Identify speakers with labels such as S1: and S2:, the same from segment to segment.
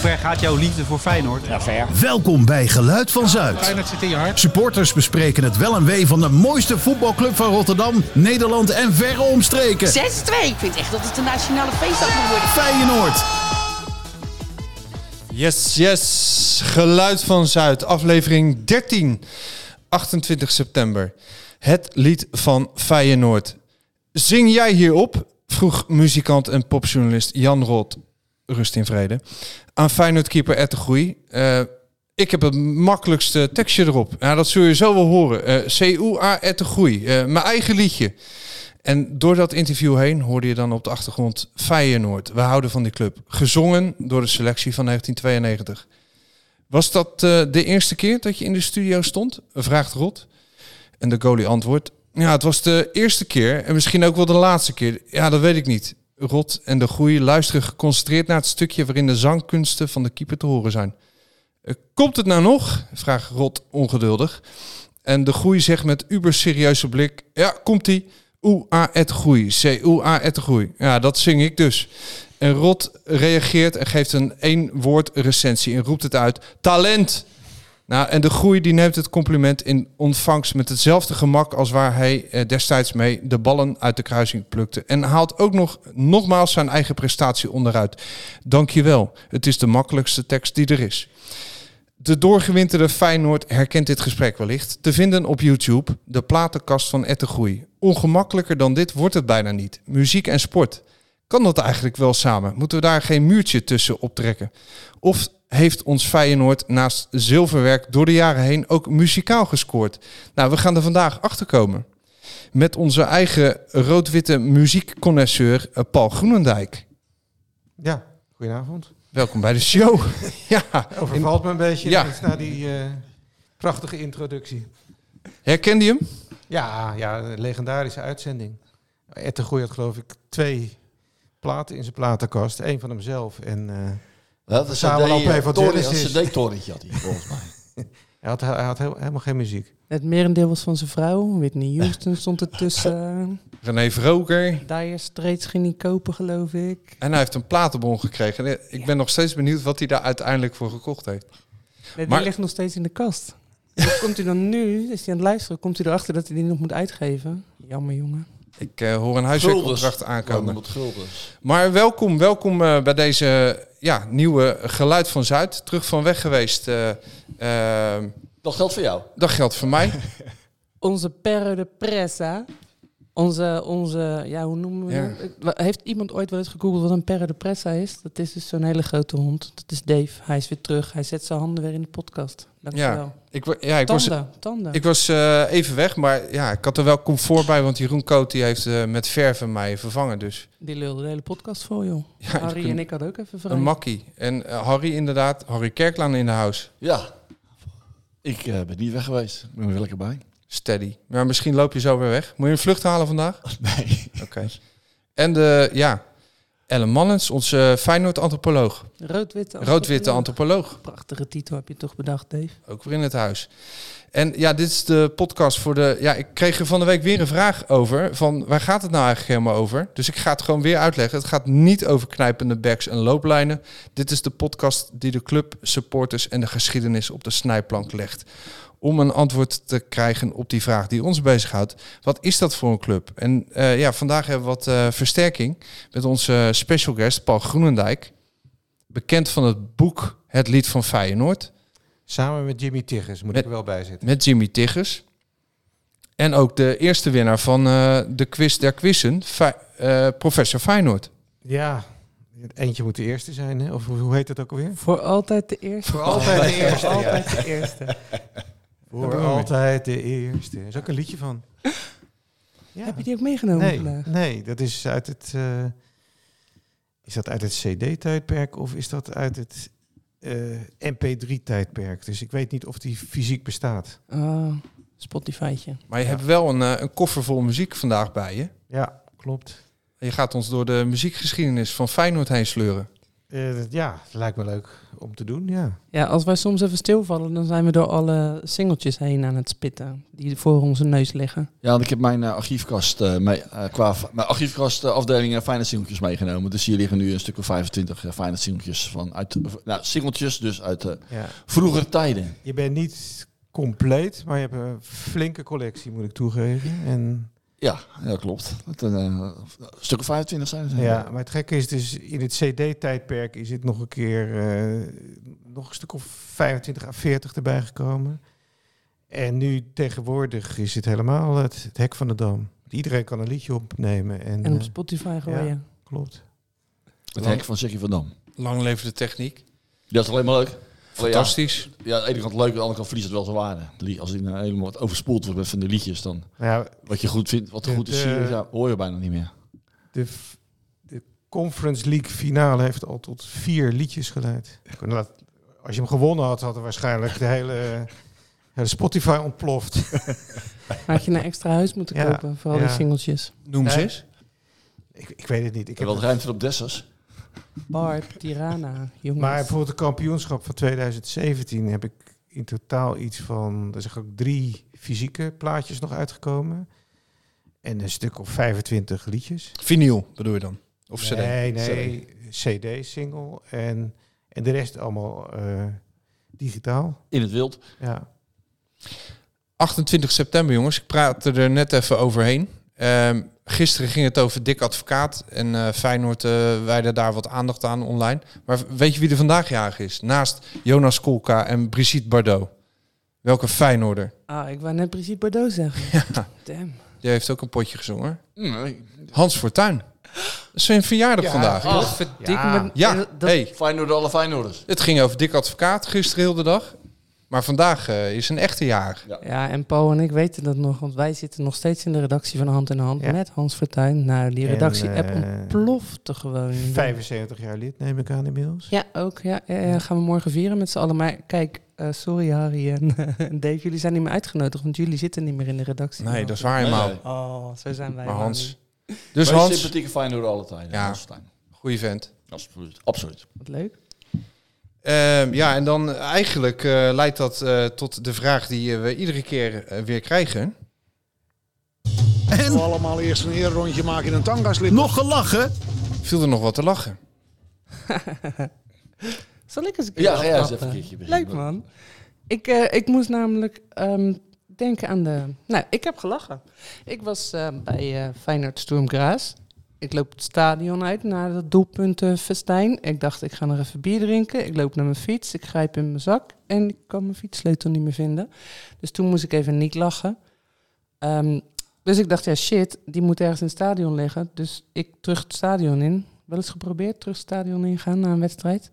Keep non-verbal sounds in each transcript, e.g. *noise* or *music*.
S1: ver gaat jouw liefde voor Feyenoord?
S2: Ja, ver.
S3: Welkom bij Geluid van Zuid.
S1: Feyenoord zit in je hart.
S3: Supporters bespreken het wel en wee van de mooiste voetbalclub van Rotterdam, Nederland en verre omstreken.
S4: 6-2. Ik vind echt dat het een nationale feestdag moet worden.
S3: Feyenoord.
S5: Yes, yes. Geluid van Zuid, aflevering 13, 28 september. Het lied van Feyenoord. Zing jij hierop? Vroeg muzikant en popjournalist Jan Rot, rust in vrede, aan Feyenoord-keeper Ed de Groei. Eh, ik heb het makkelijkste tekstje erop. Nou, dat zul je zo wel horen. Eh CUA Ed de Groei, Eh, mijn eigen liedje. En door dat interview heen hoorde je dan op de achtergrond Feyenoord. We houden van die club. Gezongen door de selectie van 1992. Was dat eh, de eerste keer dat je in de studio stond? Vraagt Rot. En de goalie antwoordt. Ja, het was de eerste keer en misschien ook wel de laatste keer. Ja, dat weet ik niet. Rot en de groei luisteren geconcentreerd naar het stukje waarin de zangkunsten van de keeper te horen zijn. Eh, Komt het nou nog? Vraagt Rot ongeduldig. En de groei zegt met uber serieuze blik: Ja, komt-ie. Oea et groei. C-oea et groei. Ja, dat zing ik dus. En Rot reageert en geeft een één woord recensie en roept het uit. Talent! Nou, en de groei die neemt het compliment in ontvangst met hetzelfde gemak als waar hij eh, destijds mee de ballen uit de kruising plukte. En haalt ook nog nogmaals zijn eigen prestatie onderuit. Dankjewel. Het is de makkelijkste tekst die er is. De doorgewinterde Feyenoord herkent dit gesprek wellicht. Te vinden op YouTube, de platenkast van Ettengroei. Ongemakkelijker dan dit wordt het bijna niet. Muziek en sport. Kan dat eigenlijk wel samen? Moeten we daar geen muurtje tussen optrekken? Of heeft ons Feyenoord naast zilverwerk door de jaren heen ook muzikaal gescoord? Nou, we gaan er vandaag achter komen. Met onze eigen rood-witte muziekconnoisseur eh, Paul Groenendijk.
S6: Ja, goedenavond.
S5: Welkom bij de show. *laughs* ja,
S6: Overvalt me een beetje
S5: Ja.
S6: iets na die eh, prachtige introductie.
S5: herkende je hem?
S6: Ja, ja, een legendarische uitzending. Ed de Goeie had geloof ik twee platen in zijn platenkast. Eén van hemzelf en eh,
S2: Dat eh, is een
S6: Samenloop even wat Dennis is.
S2: CD-torentje had hij volgens *laughs* mij.
S6: hij had, hij had heel- helemaal geen muziek.
S7: Het merendeel was van zijn vrouw.
S5: *laughs*
S7: Whitney Houston stond ertussen.
S5: René Vroker.
S7: Dire Straits ging niet kopen, geloof ik.
S5: En hij heeft een platenbon gekregen. En Ik ben nog steeds benieuwd wat hij daar uiteindelijk voor gekocht heeft.
S7: Nee,
S5: Maar-
S7: die ligt nog steeds in de kast. Dus komt hij dan nu, is hij aan het luisteren, komt hij erachter dat hij die nog moet uitgeven? Jammer, jongen.
S5: Ik eh, hoor een huiswerkopdracht aankomen.
S2: 100 guldens.
S5: Maar welkom, welkom eh, bij deze ja, nieuwe Geluid van Zuid. Terug van weg geweest. eh, eh,
S2: Dat geldt voor jou.
S5: dat geldt voor mij.
S7: Onze perro de pressa. Onze, onze, ja, hoe noemen we
S5: Ja.
S7: dat? Ik- wa- Heeft iemand ooit wel eens gegoogeld wat een perro de pressa is? Dat is dus zo'n hele grote hond. Dat is Dave. Hij is weer terug. Hij zet zijn handen weer in de podcast. Dankjewel.
S5: Ja, ik, wa- ja, ik was,
S7: tanden, tanden.
S5: ik was eh, even weg, maar ja, ik had er wel comfort bij. Want Jeroen Koot die heeft eh, met verven mij vervangen. Dus
S7: Die lulde de hele podcast voor, joh.
S5: ja,
S7: Harry
S5: een,
S7: en ik hadden ook even
S5: een
S7: vragen.
S5: makkie. En eh, Harry inderdaad, Harry Kerklaan in de huis.
S2: Ja. Ik eh, ben niet weg geweest. Ik ben weer lekker bij.
S5: Steady. Maar misschien loop je zo weer weg. Moet je een vlucht halen vandaag?
S2: Nee.
S5: Oké. En de, ja, Ellen Mannens, onze Feyenoord-antropoloog.
S7: Rood-witte.
S5: Rood-witte
S7: antwoord.
S5: antropoloog.
S7: Prachtige titel heb je toch bedacht, Dave?
S5: Ook weer in het huis. En ja, dit is de podcast voor de... Ja, ik kreeg er van de week weer een vraag over. Van, waar gaat het nou eigenlijk helemaal over? Dus ik ga het gewoon weer uitleggen. Het gaat niet over knijpende backs en looplijnen. Dit is de podcast die de club, supporters en de geschiedenis op de snijplank legt. Om een antwoord te krijgen op die vraag die ons bezighoudt. Wat is dat voor een club? En eh, ja, vandaag hebben we wat eh, versterking met onze eh, special guest Paul Groenendijk. Bekend van het boek Het Lied van Feyenoord
S6: Samen met Jimmy Tiggers moet
S5: Met-
S6: ik er wel bij zitten.
S5: met Jimmy Tiggers. En ook de eerste winnaar van eh, de quiz der quizzen, Fe- eh, professor Feyenoord.
S6: Ja, eentje moet de eerste zijn, hè? of hoe hoe heet dat ook alweer?
S7: Voor altijd de eerste.
S6: Voor altijd de eerste.
S7: Voor altijd de eerste.
S6: Voor altijd de eerste. Er is ook een liedje van. Ja.
S7: Heb je die ook meegenomen
S6: nee,
S7: vandaag?
S6: Nee, dat is uit het. eh, is dat uit het CD-tijdperk of is dat uit het eh, MP3-tijdperk? Dus ik weet niet of die fysiek bestaat.
S7: Ah, Spotify'tje.
S5: Maar je hebt wel een, eh, een koffer vol muziek vandaag bij je.
S6: Ja, klopt.
S5: Je gaat ons door de muziekgeschiedenis van Feyenoord heen sleuren.
S6: Eh, ja, het lijkt me leuk om te doen, ja.
S7: Ja, als wij soms even stilvallen, dan zijn we door alle singeltjes heen aan het spitten. Die voor onze neus liggen.
S2: Ja, want ik heb mijn eh, archiefkast eh, mee, eh, qua fa- mijn archiefkast eh, afdeling eh, fijne singeltjes meegenomen. Dus hier liggen nu een stuk of 25 eh, fijne singeltjes van uit, nou, singeltjes dus uit eh
S6: ja.
S2: vroeger tijden.
S6: Je bent niet compleet, maar je hebt een flinke collectie, moet ik toegeven. En,
S2: Ja, dat klopt. Dat, eh, Een stuk of 25 zijn het.
S6: ja, maar het gekke is dus, in het cd-tijdperk is het nog een keer eh, nog een stuk of 25 à 40 erbij gekomen. En nu tegenwoordig is het helemaal het, het hek van de dam. Iedereen kan een liedje opnemen. En,
S7: En op
S6: eh,
S7: Spotify gooien.
S6: ja. klopt.
S2: Het hek van Jackie van Dam.
S5: Lang leven de techniek.
S2: Dat is alleen maar leuk. Alleen ja,
S5: Fantastisch.
S2: ja, aan de ene kant leuk, aan de andere kant verliest het wel zijn waarde. Die- Als die nou helemaal wat overspoeld wordt met van die liedjes, dan
S6: Nou ja,
S2: wat je goed vindt, wat
S6: De-
S2: goed is,
S6: de-
S2: zie je, ja, hoor je bijna niet meer.
S6: de, f- de Conference League finale heeft al tot vier liedjes geleid. Ik kon laat- Als je hem gewonnen had, had er waarschijnlijk de hele, eh, hele Spotify ontploft.
S7: Had je een extra huis moeten
S6: Ja,
S7: kopen voor al
S6: ja.
S7: die singeltjes.
S5: Noem ze
S6: Nee.
S5: eens.
S6: Ik, ik weet het niet. Ik
S2: Ik heb
S6: heb
S2: wel ruimte op Dessers.
S7: Barb, Tirana, jongens.
S6: maar bijvoorbeeld het kampioenschap van 2017 heb ik in totaal iets van, er zijn ook drie fysieke plaatjes nog uitgekomen. En een stuk of 25 liedjes.
S5: Vinyl bedoel je dan? Of CD?
S6: Nee, nee, CD-single. En, en de rest allemaal eh, digitaal.
S2: In het wild.
S6: Ja.
S5: 28 september, jongens. Ik praatte er net even overheen. Ehm, gisteren ging het over Dick Advocaat. En eh, Feyenoord eh wijde daar wat aandacht aan online. Maar weet je wie er vandaag jarig is? Naast Jonas Kolka en Brigitte Bardot. Welke Feyenoorder?
S7: Ah, ik wou net Brigitte Bardot zeggen.
S5: Ja,
S7: Damn.
S5: die heeft ook een potje gezongen.
S2: Nee.
S5: Hans Fortuyn. Dat is zijn verjaardag vandaag.
S2: Ach,
S6: Ja.
S7: me-
S5: Ja,
S7: dat-
S5: hey,
S2: Feyenoord, alle Feyenoorders.
S5: het ging over Dick Advocaat gisteren heel de dag. Maar vandaag eh, is een echte jarig.
S7: Ja, en Paul en ik weten dat nog, want wij zitten nog steeds in de redactie van Hand in Hand
S6: Ja.
S7: met Hans Fortuyn. Nou, die
S6: En,
S7: redactie-app
S6: eh,
S7: ontplofte gewoon.
S6: 75 jaar lid, neem ik aan inmiddels.
S7: Ja, ook. Ja, ja, ja, gaan we morgen vieren met z'n allen. Maar kijk, eh, sorry Harry en *laughs* Dave, jullie zijn niet meer uitgenodigd, want jullie zitten niet meer in de redactie.
S5: Nee, dat is waar helemaal.
S2: Nee, nee.
S7: Oh, zo zijn wij.
S5: Maar
S7: wel
S5: Hans.
S7: niet.
S5: Dus
S2: Mijn
S5: Hans,
S2: sympathieke Feyenoord alle tijden.
S5: Ja.
S2: Hans Stijn.
S5: goede vent.
S2: Absoluut. Absoluut.
S7: Wat leuk.
S5: Ehm, ja, en dan eigenlijk eh, leidt dat eh, tot de vraag die eh, we iedere keer eh, weer krijgen.
S3: En
S8: allemaal eerst een eerrondje maken in een tangaslip.
S3: nog gelachen.
S5: Viel er nog wat te lachen?
S7: Zal ik eens een keer
S2: Ja, ga jij eens even
S7: aftrappen?
S2: een keertje beginnen.
S7: Leuk man. Ik, eh, ik moest namelijk ehm, denken aan de... Nou, ik heb gelachen. Ik was eh, bij eh Feyenoord Sturm Graz. Ik loop het stadion uit naar dat doelpuntenfestijn. Ik dacht, ik ga nog even bier drinken. Ik loop naar mijn fiets, ik grijp in mijn zak en ik kan mijn fietssleutel niet meer vinden. Dus toen moest ik even niet lachen. Ehm, dus ik dacht, ja shit, die moet ergens in het stadion liggen. Dus ik terug het stadion in. Wel eens geprobeerd terug het stadion ingaan na een wedstrijd?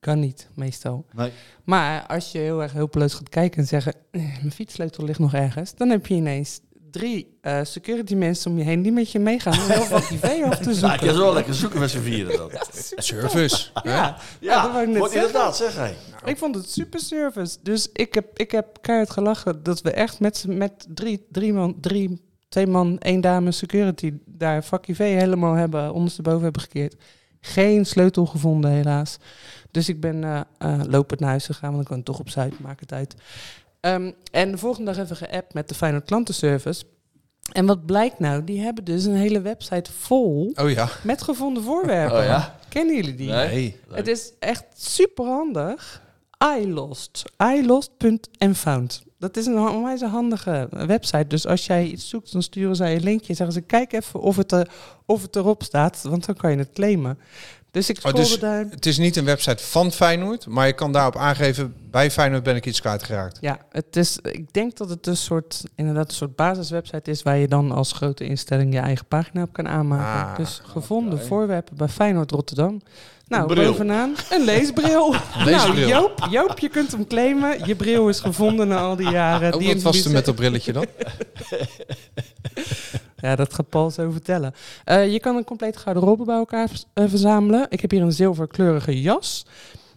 S7: Kan niet, meestal.
S2: Nee.
S7: Maar als je heel erg hulpeloos gaat kijken en zeggen, "Eh, mijn fietssleutel ligt nog ergens, dan heb je ineens drie eh, security mensen om je heen die met je meegaan om heel wat privé af te
S2: Ja, ik kan
S7: zoeken.
S2: zo wel lekker zoeken met z'n vieren dan. *laughs* Ja,
S5: Service. hè?
S7: Ja, ja, dat wou ik net
S2: wordt
S7: zeggen.
S2: inderdaad, zeg hij.
S7: Ik vond het super service. Dus ik heb, ik heb keihard gelachen dat we echt met, z'n- met drie, drie man, drie, twee man, één dame security daar vakje V helemaal hebben, ondersteboven hebben gekeerd. Geen sleutel gevonden, helaas. Dus ik ben eh eh, lopend naar huis gegaan, want ik woon toch op Zuid, maakt het uit. Ehm, en de volgende dag even geappt met de Feyenoord klantenservice. En wat blijkt nou? Die hebben dus een hele website vol
S5: Oh ja.
S7: met gevonden voorwerpen.
S2: Oh ja?
S7: Kennen jullie die?
S2: Nee.
S5: Hey.
S7: Het is echt super handig. iLost. iLost.nfound. Dat is een ha- onwijs een handige website. Dus als jij iets zoekt, dan sturen zij een linkje. En zeggen ze, kijk even of het, er, of het erop staat. Want dan kan je het claimen. Dus ik
S5: Oh,
S7: scrollde
S5: dus
S7: daar...
S5: het is niet een website van Feyenoord, maar je kan daarop aangeven, bij Feyenoord ben ik iets kwijtgeraakt.
S7: Ja, het is, ik denk dat het een soort, inderdaad een soort basiswebsite is... waar je dan als grote instelling je eigen pagina op kan aanmaken.
S5: Ah,
S7: dus gevonden voorwerpen bij Feyenoord Rotterdam. Nou,
S2: bril.
S7: bovenaan een
S5: *laughs*
S7: leesbril.
S5: leesbril.
S7: Nou, Joop, Joop, je kunt hem claimen. Je bril is gevonden na al die jaren.
S5: *laughs* Oh,
S7: Die
S5: wat was
S7: interviews-
S5: er met dat brilletje
S7: *laughs*
S5: dan?
S7: Ja, dat gaat Paul zo vertellen. Eh, je kan een complete garderobe bij elkaar vers- eh, verzamelen. Ik heb hier een zilverkleurige jas.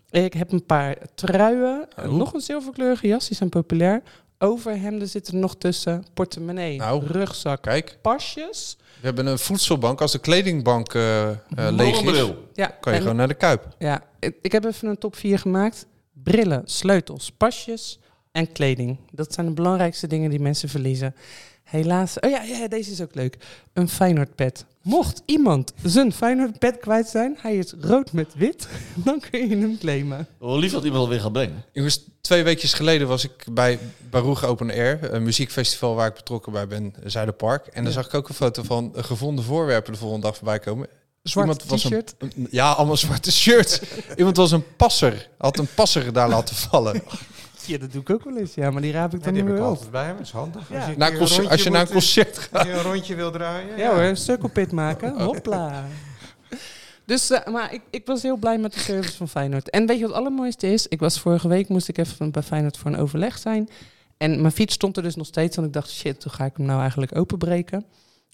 S7: Ik heb een paar truien. En
S5: Oh.
S7: Nog een zilverkleurige jas, die zijn populair. overhemden zitten nog tussen, portemonnee,
S5: Nou.
S7: rugzak,
S5: Kijk,
S7: pasjes.
S5: we hebben een voedselbank. Als de kledingbank eh eh, leeg is,
S7: Ja,
S5: kan je
S7: en-
S5: gewoon naar de Kuip.
S7: ja, ik, ik heb even een top 4 gemaakt. Brillen, sleutels, pasjes en kleding. Dat zijn de belangrijkste dingen die mensen verliezen. Helaas. Oh ja, ja ja, deze is ook leuk. Een Feyenoordpet. Mocht iemand zijn Feyenoordpet kwijt zijn, hij is rood met wit, *laughs* dan kun je hem claimen.
S2: Wel lief dat iemand dat weer gaat brengen.
S5: Jongens, twee weekjes geleden was ik bij Baruch Open Air, een muziekfestival waar ik betrokken bij ben, Zuiderpark. En daar zag ik ook een foto van eh, gevonden voorwerpen de volgende dag voorbij komen.
S7: Zwart
S5: was een-
S7: t-shirt.
S5: een- ja, allemaal zwarte shirts. Iemand was een passer. Had een passer daar laten vallen.
S7: Ja, dat doe ik ook wel eens. Ja, maar die raap ik
S6: Ja,
S7: dan
S6: die
S7: niet
S6: heb ik
S7: meer op.
S6: altijd bij me. Dat is handig.
S7: Ja.
S6: een
S5: Na
S6: keer
S5: concert-
S6: rondje
S5: als je naar een
S6: moet-
S5: concert gaat.
S6: als je een rondje wil draaien.
S7: Ja hoor, een cirkelpit maken. Hopla. Dus, eh, maar ik, ik was heel blij met de service van Feyenoord. En weet je wat het allermooiste is? Ik was vorige week, moest ik even bij Feyenoord voor een overleg zijn. En mijn fiets stond er dus nog steeds, want ik dacht, shit, hoe ga ik hem nou eigenlijk openbreken?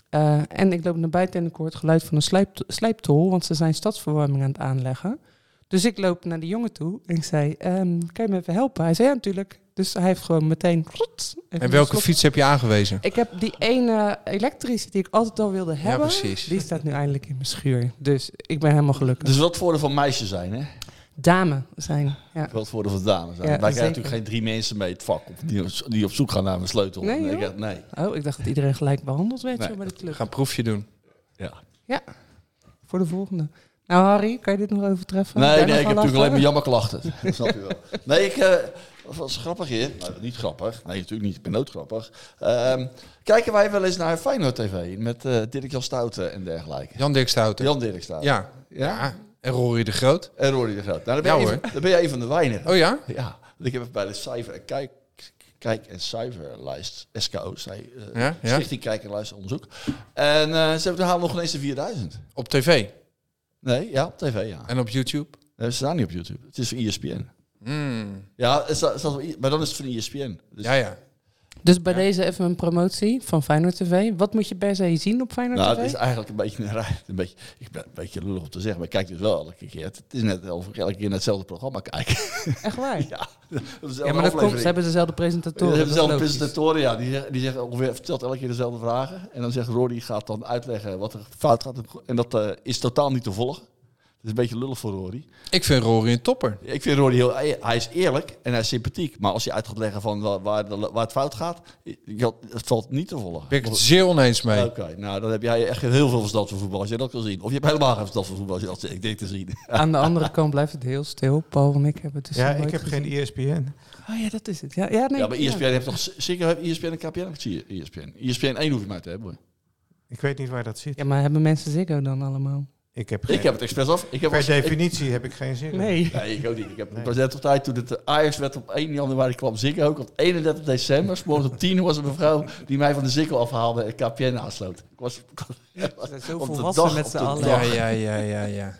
S7: Eh, en ik loop naar buiten en ik hoor het geluid van een slijp, slijptol, want ze zijn stadsverwarming aan het aanleggen. Dus ik loop naar die jongen toe en ik zei, ehm, kan je me even helpen? Hij zei, ja, natuurlijk. Dus hij heeft gewoon meteen...
S5: En welke fiets heb je aangewezen?
S7: Ik heb die ene elektrische die ik altijd al wilde hebben.
S5: precies.
S7: Die staat nu eindelijk in mijn schuur. Dus ik ben helemaal gelukkig.
S2: Dus wat voordeel van meisjes zijn, hè?
S7: Dame zijn. Ja.
S2: Wel het voordeel van dames zijn. Wij
S7: Ja, zeker.
S2: krijgen natuurlijk geen drie mensen mee het vak op, die, op- die op zoek gaan naar een sleutel.
S7: Nee, joh.
S2: ik heb- nee.
S7: Oh, ik dacht dat iedereen gelijk behandeld werd
S2: Nee,
S7: zo bij de
S5: We
S7: club.
S5: gaan een proefje doen.
S2: Ja.
S7: Voor de volgende. Nou, Harry, kan je dit nog overtreffen?
S2: nee,
S7: Kan
S2: nee,
S7: je
S2: ik
S7: nog
S2: heb
S7: wel
S2: natuurlijk alleen maar
S7: lachen?
S2: jammerklachten. *laughs* Dat snap je wel. Nee, ik... eh, wat was grappig hier? Nou, niet grappig. Nee, natuurlijk niet. Ik ben doodgrappig. Ehm kijken wij wel eens naar Feyenoord TV met eh Dirk-Jan Stouten en dergelijke.
S5: Jan Dirk Stouten.
S2: Jan Dirk Stouten.
S5: Ja. ja. En Rory de Groot.
S2: En Rory de Groot. Nou, dan ben,
S5: Ja,
S2: je, een,
S5: hoor.
S2: dan ben je een van de weinigen.
S5: Oh ja?
S2: Ja, want ik heb bij de cijfer en kijk, kijk en cijferlijst, SKO, zij, eh,
S5: Ja, ja.
S2: Stichting Kijk en Luisteronderzoek. En eh, ze hebben, halen nog ineens de 4000.
S5: Op tv.
S2: Nee, ja, op tv, ja.
S5: En op YouTube.
S2: Eh, Ze staan niet op YouTube. Het is E van ESPN.
S5: Hmm.
S2: Ja, het staat, het staat op I- maar dan is het van ESPN. Dus
S5: Ja, ja.
S7: Dus bij deze even een promotie van Feyenoord TV. Wat moet je per se zien op Feyenoord
S2: Nou,
S7: TV?
S2: het is eigenlijk een beetje een raar. Een beetje, ik ben een beetje lullig om te zeggen, maar ik kijk dus wel elke keer. Het, het is net alsof ik elke keer naar hetzelfde programma kijk.
S7: Echt waar? Ja,
S2: *laughs* ja, dat is
S7: maar dat komt. Ze hebben dezelfde presentatoren.
S2: Ze hebben
S7: dat is
S2: dezelfde
S7: logisch.
S2: presentatoren, ja. Die, zeggen- die zeggen ongeveer, vertelt elke keer dezelfde vragen. En dan zegt Rory, gaat dan uitleggen wat er fout gaat. En dat eh, is totaal niet te volgen. Dat is een beetje lullig voor Rory.
S5: Ik vind Rory een topper.
S2: Ik vind Rory heel... Hij is eerlijk en hij is sympathiek. Maar als hij uit gaat leggen van wa- waar, de- waar het fout gaat... ja, Het valt niet te volgen.
S5: Ben ik het zeer oneens mee.
S2: Oké, nou dan heb jij echt heel veel verstand van voetbal als je dat kan zien. Of je hebt helemaal geen verstand van voetbal als je dat ik denk te zien.
S7: Aan de andere kant blijft het heel stil. Paul en ik hebben het dus
S6: Ja,
S7: nog
S6: ik
S7: nooit
S6: heb geen E
S7: gezien.
S6: ESPN.
S7: Oh ja, dat is het. Ja, ja, nee,
S2: Ja, maar E ESPN heeft E toch zeker ESPN en KPN? Ik zie ESPN. ESPN 1 hoef je maar te hebben. hoor.
S6: Ik weet niet waar dat zit.
S7: Ja, maar hebben mensen Ziggo dan allemaal?
S6: Ik heb geen,
S2: Ik heb het expres af. Ik heb
S6: per
S2: als-
S6: definitie heb ik geen zin. in.
S7: Nee.
S2: Nee, ik ook niet. Ik heb
S6: Nee.
S2: pas net op tijd toen het eh, Ajax werd op 1 januari kwam Ziggo ook op 31 december. 's morgens om 10 was een mevrouw die mij van de Ziggo afhaalde en KPN aansloot. Ik was,
S7: Ze zijn zo
S2: Op de
S7: volwassen
S2: dag,
S7: met
S2: op
S7: z'n
S2: de
S7: allen.
S5: Ja, ja, ja, ja, ja.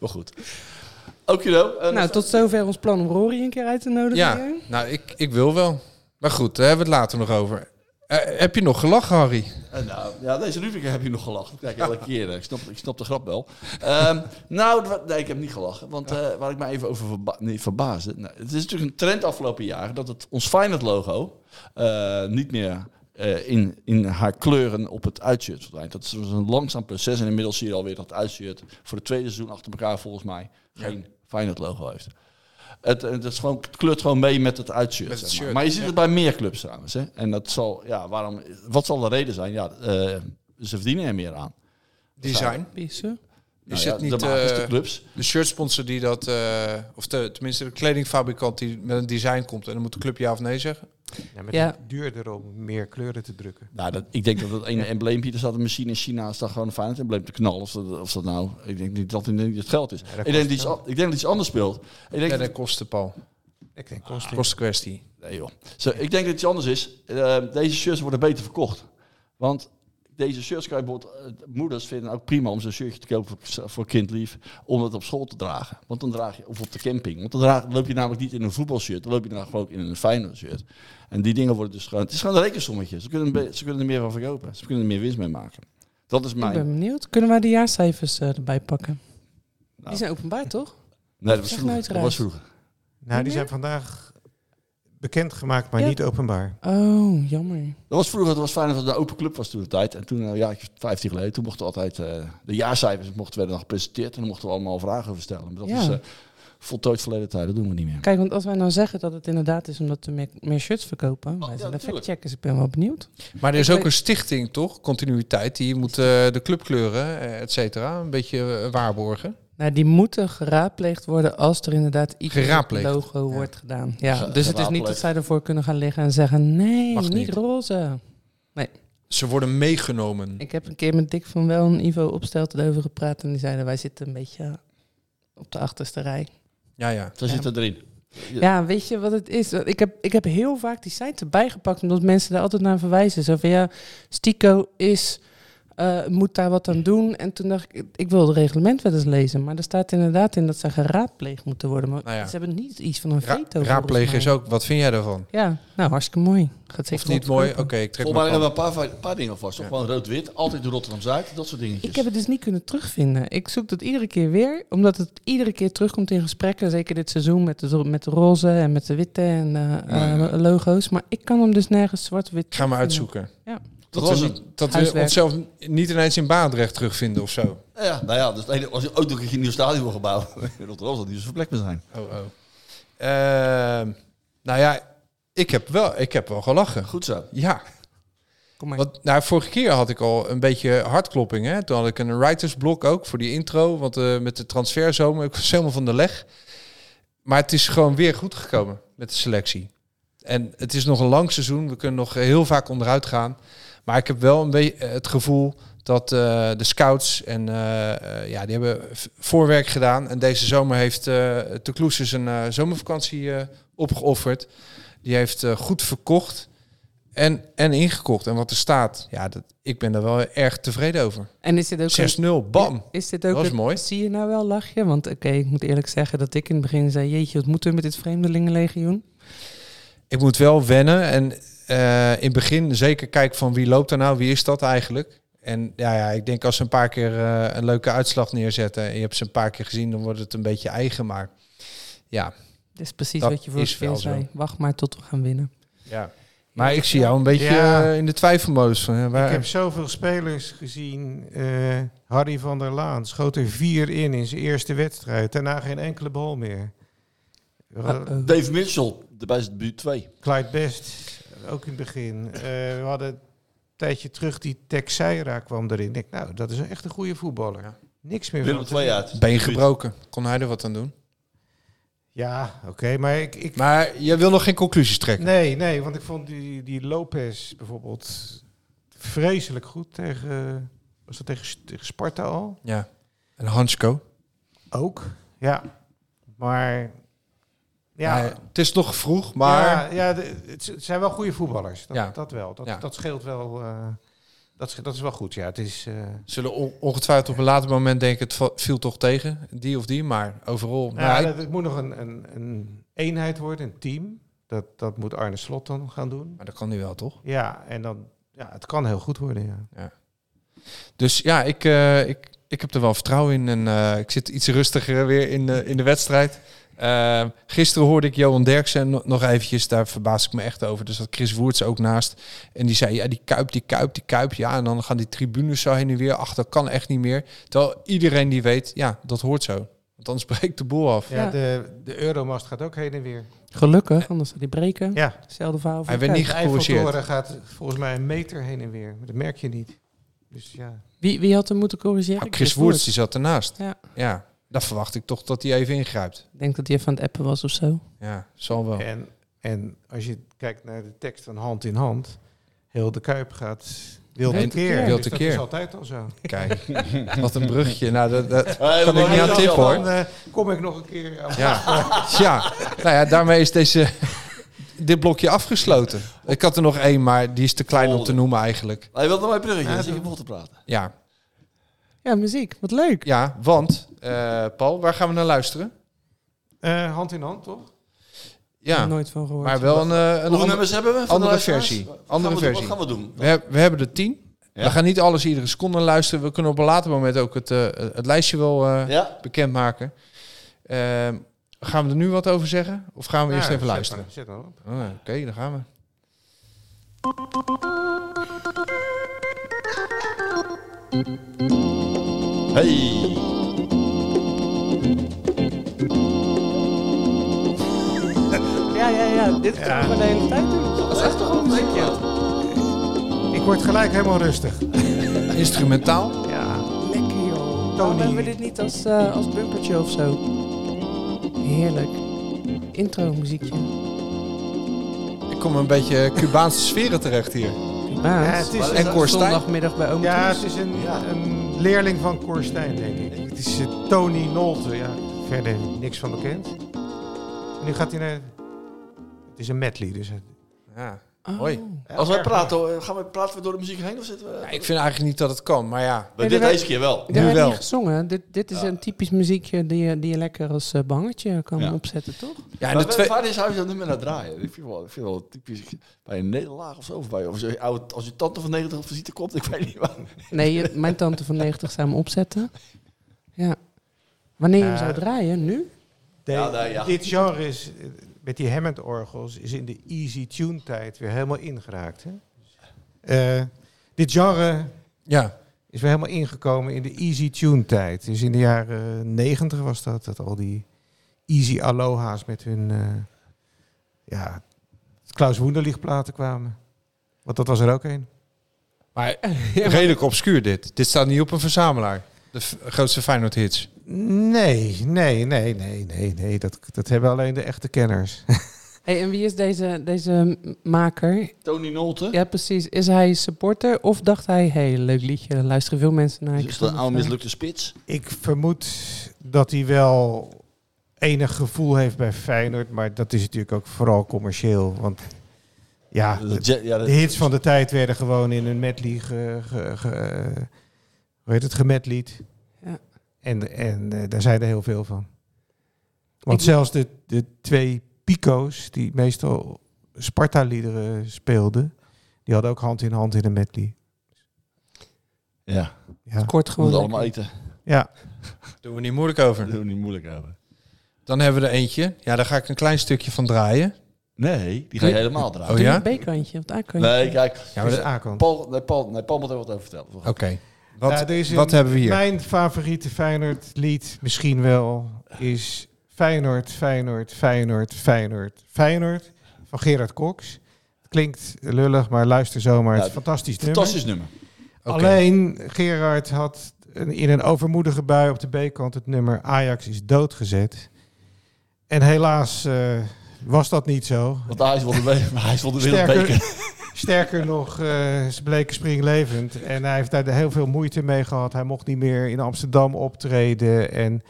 S2: maar goed. Okido. eh,
S7: Nou, tot zover ons plan om Rory een keer uit te nodigen.
S5: Ja, nou, ik, ik wil wel. Maar goed, daar hebben we het later nog over. Eh, heb je nog gelachen, Harry?
S2: eh, nou, ja, deze rubriek heb je nog gelachen. Dat Kijk, elke keer. eh, Ik snap, ik snap de grap wel. Ehm, nou, d- nee, ik heb niet gelachen. Want eh, waar ik mij even over verba nee, verbaasde. Nou, het is natuurlijk een trend afgelopen jaren dat het, ons Feyenoord-logo eh, niet meer eh, in, in haar kleuren op het uitshirt verdwijnt. Dat is dus een langzaam proces en inmiddels zie je alweer dat het uitshirt voor het tweede seizoen achter elkaar volgens mij geen Feyenoord-logo heeft. Het, het, is gewoon, het kleurt gewoon mee met het uitshirt.
S5: Met het
S2: zeg maar.
S5: shirt,
S2: maar je ziet het bij meer clubs trouwens. Hè? En dat zal, ja, waarom, wat zal de reden zijn? Ja, eh, ze verdienen er meer aan.
S5: Design.
S7: Bissen.
S5: Is
S2: Nou
S5: het
S2: ja,
S5: niet
S2: de, makers, de
S5: eh,
S2: clubs?
S5: de shirtsponsor die dat... eh, of de, tenminste de kledingfabrikant die met een design komt... en dan moet de club ja of nee zeggen?
S6: Ja, maar
S7: Ja.
S6: Het is duurder om meer kleuren te drukken.
S2: Nou, dat, ik denk dat dat ene embleempje, er staat een machine in China, staat gewoon een Feyenoord embleem te knallen. Of dat, of dat nou, ik denk niet dat het het geld is. ik, denk dat iets, an- ik denk dat iets anders speelt. Ik denk
S5: Ja,
S2: dat-
S5: dat kost de Paul.
S6: Ik denk kost
S5: Kost kwestie.
S2: nee, joh. Zo, ik denk dat het iets anders is. Eh, deze shirts worden beter verkocht. Want deze shirts kan je bijvoorbeeld... eh, moeders vinden het ook prima om zo'n shirtje te kopen voor, voor kindlief. Om dat op school te dragen. Want dan draag je... Of op de camping. Want dan draag, loop je namelijk niet in een voetbalshirt. Dan loop je namelijk gewoon in een Feyenoord shirt. En die dingen worden dus gewoon... Het is gewoon een rekensommetje. Ze kunnen, be- ze kunnen er meer van verkopen. Ze kunnen er meer winst mee maken. Dat is
S7: Ik
S2: mijn...
S7: ben benieuwd. Kunnen wij de jaarcijfers eh, erbij pakken?
S2: Nou.
S7: Die zijn openbaar, toch?
S2: Nee, dat was
S7: Zeg nou
S2: vroeger.
S7: nooit
S2: Dat was
S7: raar.
S2: vroeger.
S6: Nou, die zijn vandaag bekendgemaakt, maar
S7: Ja.
S6: niet openbaar.
S7: Oh, jammer.
S2: Dat was vroeger, dat was fijn dat het een open club was toen de tijd. En toen, eh, een jaartje 15 geleden, toen mochten we altijd eh, de jaarcijfers mochten werden dan gepresenteerd. En dan mochten we allemaal vragen over stellen. Maar dat
S7: Ja.
S2: is eh, voltooid verleden tijd, dat doen we niet meer.
S7: Kijk, want als wij nou zeggen dat het inderdaad is omdat er meer, meer shirts verkopen, wij zijn de
S2: Oh, tuurlijk.
S7: factcheckers, dus ik ben wel benieuwd.
S5: Maar er is
S7: Ik
S5: ook
S7: weet-
S5: een stichting, toch? Continuïteit. Die moet eh, de clubkleuren, eh, et cetera, een beetje eh, waarborgen.
S7: Nou, die moeten geraadpleegd worden als er inderdaad iets met het
S5: Geraadpleegd,
S7: logo
S5: ja.
S7: wordt gedaan. Ja,
S2: Ge-
S7: dus het is niet
S2: geraadpleegd.
S7: dat zij ervoor kunnen gaan liggen en zeggen, nee,
S5: Mag
S7: niet.
S5: niet.
S7: roze.
S5: Ze worden meegenomen.
S7: Ik heb een keer met Dick van Wel en Ivo Opstelt erover gepraat en die zeiden, wij zitten een beetje op de achterste rij.
S5: Ja, ja.
S2: Zo zit het erin.
S7: Ja, weet je wat het is? Ik heb, ik heb heel vaak die site erbij gepakt, omdat mensen daar altijd naar verwijzen. Zo van ja, Stico is, eh, moet daar wat aan doen. En toen dacht ik, ik wil het reglement wel eens lezen. Maar er staat inderdaad in dat ze geraadpleegd moeten worden. Maar
S5: Nou ja.
S7: ze hebben niet iets van een
S5: Ra-
S7: veto. volgens
S5: raadplegen
S7: mij.
S5: is ook. Wat vind jij daarvan?
S7: Ja, nou hartstikke mooi. Gaat zeker
S5: Of niet
S7: goed
S5: mooi? Oké,
S7: komen.
S5: ik trek
S2: Volgens mij
S5: me
S2: hebben we een paar, een paar dingen vast. toch? Gewoon rood-wit, altijd Rotterdam-Zuid, dat soort dingetjes.
S7: Ik heb het dus niet kunnen terugvinden. Ik zoek dat iedere keer weer, omdat het iedere keer terugkomt in gesprekken. Zeker dit seizoen met de, met de roze en met de witte en eh, eh, logo's. Maar ik kan hem dus nergens zwart-wit
S5: Ik ga maar
S7: terugvinden.
S5: uitzoeken.
S7: Ja.
S5: Dat
S2: was
S5: we,
S2: het.
S5: niet- dat we
S7: Huiswerk.
S5: onszelf niet ineens in Baandrecht terugvinden of zo.
S2: Ja, Ja, nou ja, dus het enige- als je ook nog een nieuw stadion wil gaan bouwen, *laughs* in Rotterdam zal die dus een plek meer zijn.
S5: Oh, oh. Ehm, nou ja, ik heb, wel, ik heb wel gelachen.
S2: Goed zo.
S5: Ja.
S7: Kom maar.
S5: Want nou, vorige keer had ik al een beetje hartklopping. Hè? Toen had ik een writersblok ook voor die intro. Want eh, met de transferzomer, ik was helemaal van de leg. Maar het is gewoon weer goed gekomen met de selectie. En het is nog een lang seizoen. We kunnen nog heel vaak onderuit gaan. Maar ik heb wel een beetje eh, het gevoel dat eh, de scouts en eh, eh, ja, die hebben v- voorwerk gedaan. En deze zomer heeft eh de Kloes zijn eh, zomervakantie eh, opgeofferd. Die heeft eh, goed verkocht. En, en ingekocht. En wat er staat, ja, dat, ik ben daar wel erg tevreden over.
S7: En is dit ook
S5: 6-0, bam.
S7: Is dit ook
S5: Dat is
S7: het-
S5: mooi.
S7: Zie je nou wel lachje? Want oké, ik moet eerlijk zeggen dat ik in het begin zei: Jeetje, wat moeten we met dit vreemdelingenlegioen?
S5: Ik moet wel wennen. En eh, in het begin zeker kijken van wie loopt er nou, wie is dat eigenlijk? En ja, ja ik denk als ze een paar keer eh, een leuke uitslag neerzetten... en je hebt ze een paar keer gezien, dan wordt het een beetje eigen. Maar ja,
S7: Dat is precies
S5: Dat
S7: wat je vorige
S5: is wel
S7: keer zei. Wacht maar tot we gaan winnen.
S5: ja. maar ik zie jou een beetje
S6: Ja.
S5: eh, in de twijfelmodus. Van, ja, waar-
S6: Ik heb zoveel spelers gezien. Eh, Harry van der Laan schoot er vier in in zijn eerste wedstrijd. Daarna geen enkele bal meer.
S7: Uh-oh.
S2: Dave Mitchell, de bij zijn buurt 2.
S6: Clyde Best, ook in het begin. Eh, we hadden een tijdje terug die Texeira kwam erin. Ik denk, nou, dat is echt een goede voetballer.
S5: Ja.
S6: Niks meer
S2: Willem
S6: van.
S2: 2 uit.
S5: Been
S2: Buurt.
S5: gebroken. Kon hij er wat aan doen?
S6: Ja, oké, maar ik... ik
S5: Maar je wil nog geen conclusies trekken.
S6: nee, nee, want ik vond die, die Lopez bijvoorbeeld vreselijk goed tegen... Was dat tegen, S- tegen Sparta al?
S5: Ja. En Hansko?
S6: Ook, ja. Maar... Ja,
S5: Ja, Eh, het is nog vroeg, maar...
S6: Ja, ja de- het z- het zijn wel goede voetballers. Dat,
S5: Ja.
S6: dat wel. Dat,
S5: Ja.
S6: dat scheelt wel. eh, dat, sche- dat is wel goed, ja. Het is, eh,
S5: zullen on- ongetwijfeld op een later moment denken, het va- viel toch tegen, die of die, maar overal.
S6: nou ja,
S5: Maar ik-
S6: dat- het moet nog een, een, een eenheid worden, een team. Dat, dat moet Arne Slot dan gaan doen.
S5: maar dat kan nu wel, toch?
S6: Ja, en dan... Ja, het kan heel goed worden, ja.
S5: Dus ja, ik, eh, ik, ik heb er wel vertrouwen in en eh, ik zit iets rustiger weer in, de in de wedstrijd. Eh, gisteren hoorde ik Johan Derksen no- nog eventjes, daar verbaas ik me echt over. Dus dat Chris Woerts ook naast. En die zei, ja, die Kuip, die Kuip, die Kuip. Ja, en dan gaan die tribunes zo heen en weer. Ach, dat kan echt niet meer. Terwijl iedereen die weet, ja, dat hoort zo. Want anders *laughs* breekt de boel af.
S6: ja,
S7: Ja.
S6: de, de Euromast gaat ook heen en weer.
S7: Gelukkig, anders zou die breken.
S6: Ja,
S7: Hetzelfde verhaal. voor
S5: Hij
S7: de
S5: werd
S7: Kuip.
S6: de
S5: niet gecorrigeerd.
S6: Eiffeltoren gaat volgens mij een meter heen en weer. Maar Dat merk je niet. Dus ja.
S7: Wie, wie had hem moeten corrigeren?
S5: Ah, Chris Woerts, die
S7: Woerts.
S5: zat ernaast.
S7: Ja.
S5: ja, daar verwacht ik toch dat hij even ingrijpt.
S7: Ik denk dat hij even aan het appen was of zo.
S5: Ja, zal wel.
S6: En, en als je kijkt naar de tekst van hand in hand, heel de Kuip gaat wil
S5: Nee,
S6: te keer.
S5: wil
S6: Dus
S5: te
S6: dat
S5: keer.
S6: is altijd al zo.
S5: Kijk, wat een brugje. Nou, dat, dat
S2: Hey,
S5: kan ik niet aan
S2: Ja,
S5: tippen
S6: Dan
S5: hoor.
S6: eh, kom ik nog een keer eh, aan.
S5: Ja. ja, nou ja, daarmee is deze, dit blokje afgesloten. Ik had er nog één, maar die is te klein om te noemen eigenlijk.
S2: Hij wilde mij bruggen, dus ik heb vol te praten.
S5: Ja,
S7: Ja, muziek. Wat leuk.
S5: ja want eh, Paul, waar gaan we naar luisteren?
S6: Eh, hand in hand, toch?
S7: Ik heb
S5: Ja,
S7: nooit van gehoord.
S5: maar wel een, eh, een
S2: Hoeveel
S5: andere,
S2: nummers hebben we? van de
S5: andere
S2: luisteraars?
S5: versie.
S2: Wat gaan
S5: Andere
S2: we doen?
S5: versie.
S2: Wat gaan we doen?
S5: We, heb- we hebben er tien.
S2: Ja.
S5: We gaan niet alles iedere seconde luisteren. We kunnen op een later moment ook het, eh, het lijstje wel eh,
S2: Ja,
S5: bekendmaken. Ehm, Gaan we er nu wat over zeggen? Of gaan we eerst
S6: Nou,
S5: even
S6: zet
S5: luisteren?
S6: maar- Zet maar op.
S5: Oh, Oké, dan gaan we.
S2: Hey.
S7: Ja, ja, ja. Dit gaan we de hele tijd doen. Dat is echt toch een muziekje.
S6: Ik word gelijk helemaal rustig.
S5: Instrumentaal.
S6: Ja,
S7: Lekker
S6: Tony.
S7: joh. Waarom hebben we dit niet als, eh als bumpertje of zo? Heerlijk. Intro muziekje.
S5: Ik kom een beetje Cubaanse sferen terecht hier.
S7: Baas.
S6: Ja, Eh, het is-
S7: Zondag-
S5: en Cor Stijn?
S7: Zondagmiddag bij oom
S6: ja
S7: Toes.
S6: het is een, een leerling van Cor Stijn, denk ik. Het is eh, Tony Nolte. Ja, verder niks van bekend. En nu gaat hij naar... Het is een medley, dus... het-
S5: Ja.
S7: Oh.
S5: Hoi.
S2: Als wij praten, eh, gaan we, praten we door de muziek heen of zitten we...
S5: Ja, ik vind eigenlijk niet dat het kan, maar ja.
S2: Bij
S7: Nee,
S2: dit
S7: dat-
S2: deze keer wel.
S7: Daar
S5: Nu
S7: hebben we
S5: wel.
S7: niet gezongen. Dit, dit is een typisch muziekje die je, die je lekker als eh, bangetje kan
S2: Ja.
S7: opzetten, toch?
S5: ja en
S2: Maar
S5: de
S2: waar-
S5: twee...
S2: Waar is huis dat nummer naar draaien? Ik vind het wel, ik vind het wel typisch bij een nederlaag of zo. Of bij, of zo oud, als je tante van 90 op visite komt, ik weet niet waar.
S7: Nee, je- mijn tante van 90 zou hem opzetten. Ja. Wanneer je hem
S6: Eh.
S7: zou draaien, nu?
S6: De-
S2: Ja, nee, ja.
S6: Dit genre is, eh, met die Hammond-orgels, is in de easy tune tijd weer helemaal ingeraakt. Hè? Eh, dit genre
S5: Ja.
S6: is weer helemaal ingekomen in de easy tune tijd. Dus in de jaren negentig was dat, dat al die easy aloha's met hun eh, ja, Klaus Wunderlich platen kwamen. Want dat was er ook een.
S5: Maar redelijk obscuur dit. Dit staat niet op een verzamelaar. De f- grootste Feyenoord hits.
S6: Nee, nee, nee, nee, nee, nee. Dat, dat hebben alleen de echte kenners. *laughs*
S7: Hey, en wie is deze, deze m- maker?
S2: Tony Nolte.
S7: Ja, precies. Is hij supporter of dacht hij, hé, hey, leuk liedje, daar luisteren veel mensen naar.
S2: Dus Is
S7: Ik
S2: het
S7: ga
S2: een oude
S7: even-
S2: mislukte spits?
S6: Ik vermoed dat hij wel enig gevoel heeft bij Feyenoord, maar dat is natuurlijk ook vooral commercieel. Want ja, de,
S7: Eh,
S2: ja,
S6: de hits van de tijd werden gewoon in een medley ge, ge- ge- hoe heet het, gemedlied.
S7: Ja.
S6: En, en eh, daar zijn er heel veel van. Want
S7: Ik-
S6: zelfs de, de twee pico's die meestal Sparta-liederen speelden, die hadden ook hand in hand in een medley.
S2: ja.
S6: Ja,
S7: Kort
S2: Moet
S7: gewoon.
S2: allemaal
S7: lekker.
S2: eten.
S6: ja.
S5: Doen we niet moeilijk over.
S2: Doe niet moeilijk hebben.
S5: Dan hebben we er eentje. Ja, daar ga ik een klein stukje van draaien.
S2: Nee, die ga je helemaal draaien.
S5: Oh
S7: Doe je
S5: ja?
S7: het B-kantje of het A-kantje?
S2: Nee, kijk.
S5: Ja,
S6: dus
S5: maar-
S6: A-kant.
S2: Paul, nee, Paul, nee, Paul moet er wat over vertellen.
S5: Oké. Wat,
S6: Nou, er is een-
S5: wat hebben we hier?
S6: Mijn favoriete Feyenoord lied misschien wel is Feyenoord, Feyenoord, Feyenoord, Feyenoord, Feyenoord van Gerard Cox. Het klinkt lullig, maar luister zomaar.
S2: Ja,
S6: het is een fantastisch,
S2: Fantastisch nummer.
S5: Oké.
S6: nummer. Alleen Gerard had een- in een overmoedige bui op de B-kant het nummer Ajax is doodgezet. En helaas eh, was dat niet zo.
S2: Want hij is wel de, we- *laughs* maar hij is wel de wereldbeker.
S6: Sterker, *laughs* sterker nog, eh, ze bleken springlevend. En hij heeft daar heel veel moeite mee gehad. Hij mocht niet meer in Amsterdam optreden. En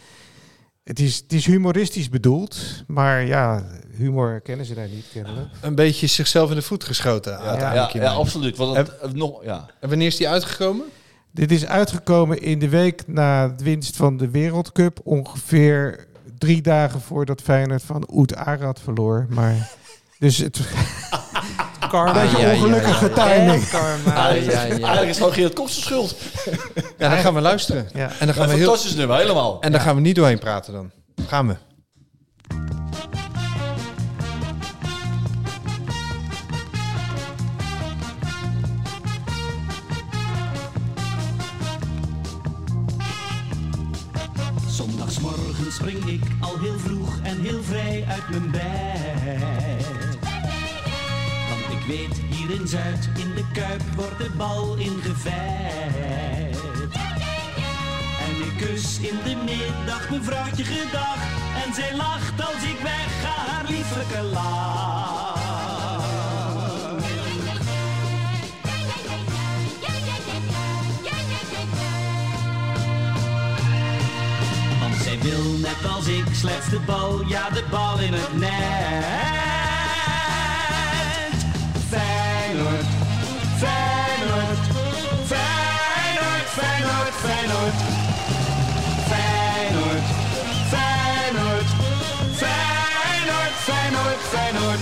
S6: het is, het is humoristisch bedoeld. Maar ja, humor kennen ze daar niet kennelijk.
S5: Een beetje zichzelf in de voet geschoten.
S2: Ja, ja,
S5: uiteindelijk
S2: ja,
S5: hiermee.
S2: absoluut. Want het, eh, nog, ja.
S5: En wanneer is die uitgekomen?
S6: Dit is uitgekomen in de week na de winst van de Wereldcup. Ongeveer drie dagen voordat Feyenoord van Oet Arad verloor. Maar, *laughs* dus het
S7: Karma.
S6: een beetje
S5: ja, ja,
S6: ongelukkige timing.
S7: Echt karma.
S2: Eigenlijk,
S5: ja, ja.
S2: eigenlijk is gewoon Gerard Kops de schuld.
S5: Ja, dan gaan we luisteren.
S6: Ja.
S5: En dan gaan
S2: Een
S5: we heel
S2: fantastisch nummer, helemaal.
S5: En daar gaan we niet doorheen praten dan. Gaan we.
S9: Zondagsmorgen spring ik al heel vroeg en heel vrij uit mijn bed. Want ik weet, hier in Zuid, in de Kuip, wordt de bal ingeveid. En ik kus in de middag mevrouwtje gedag. En zij lacht als ik wegga, haar lieflijke lach. Want zij wil net als ik slechts de bal, ja de bal in het net. Feyenoord, Feyenoord, Feyenoord, Feyenoord, Feyenoord. Feyenoord, Feyenoord, Feyenoord, Feyenoord, Feyenoord.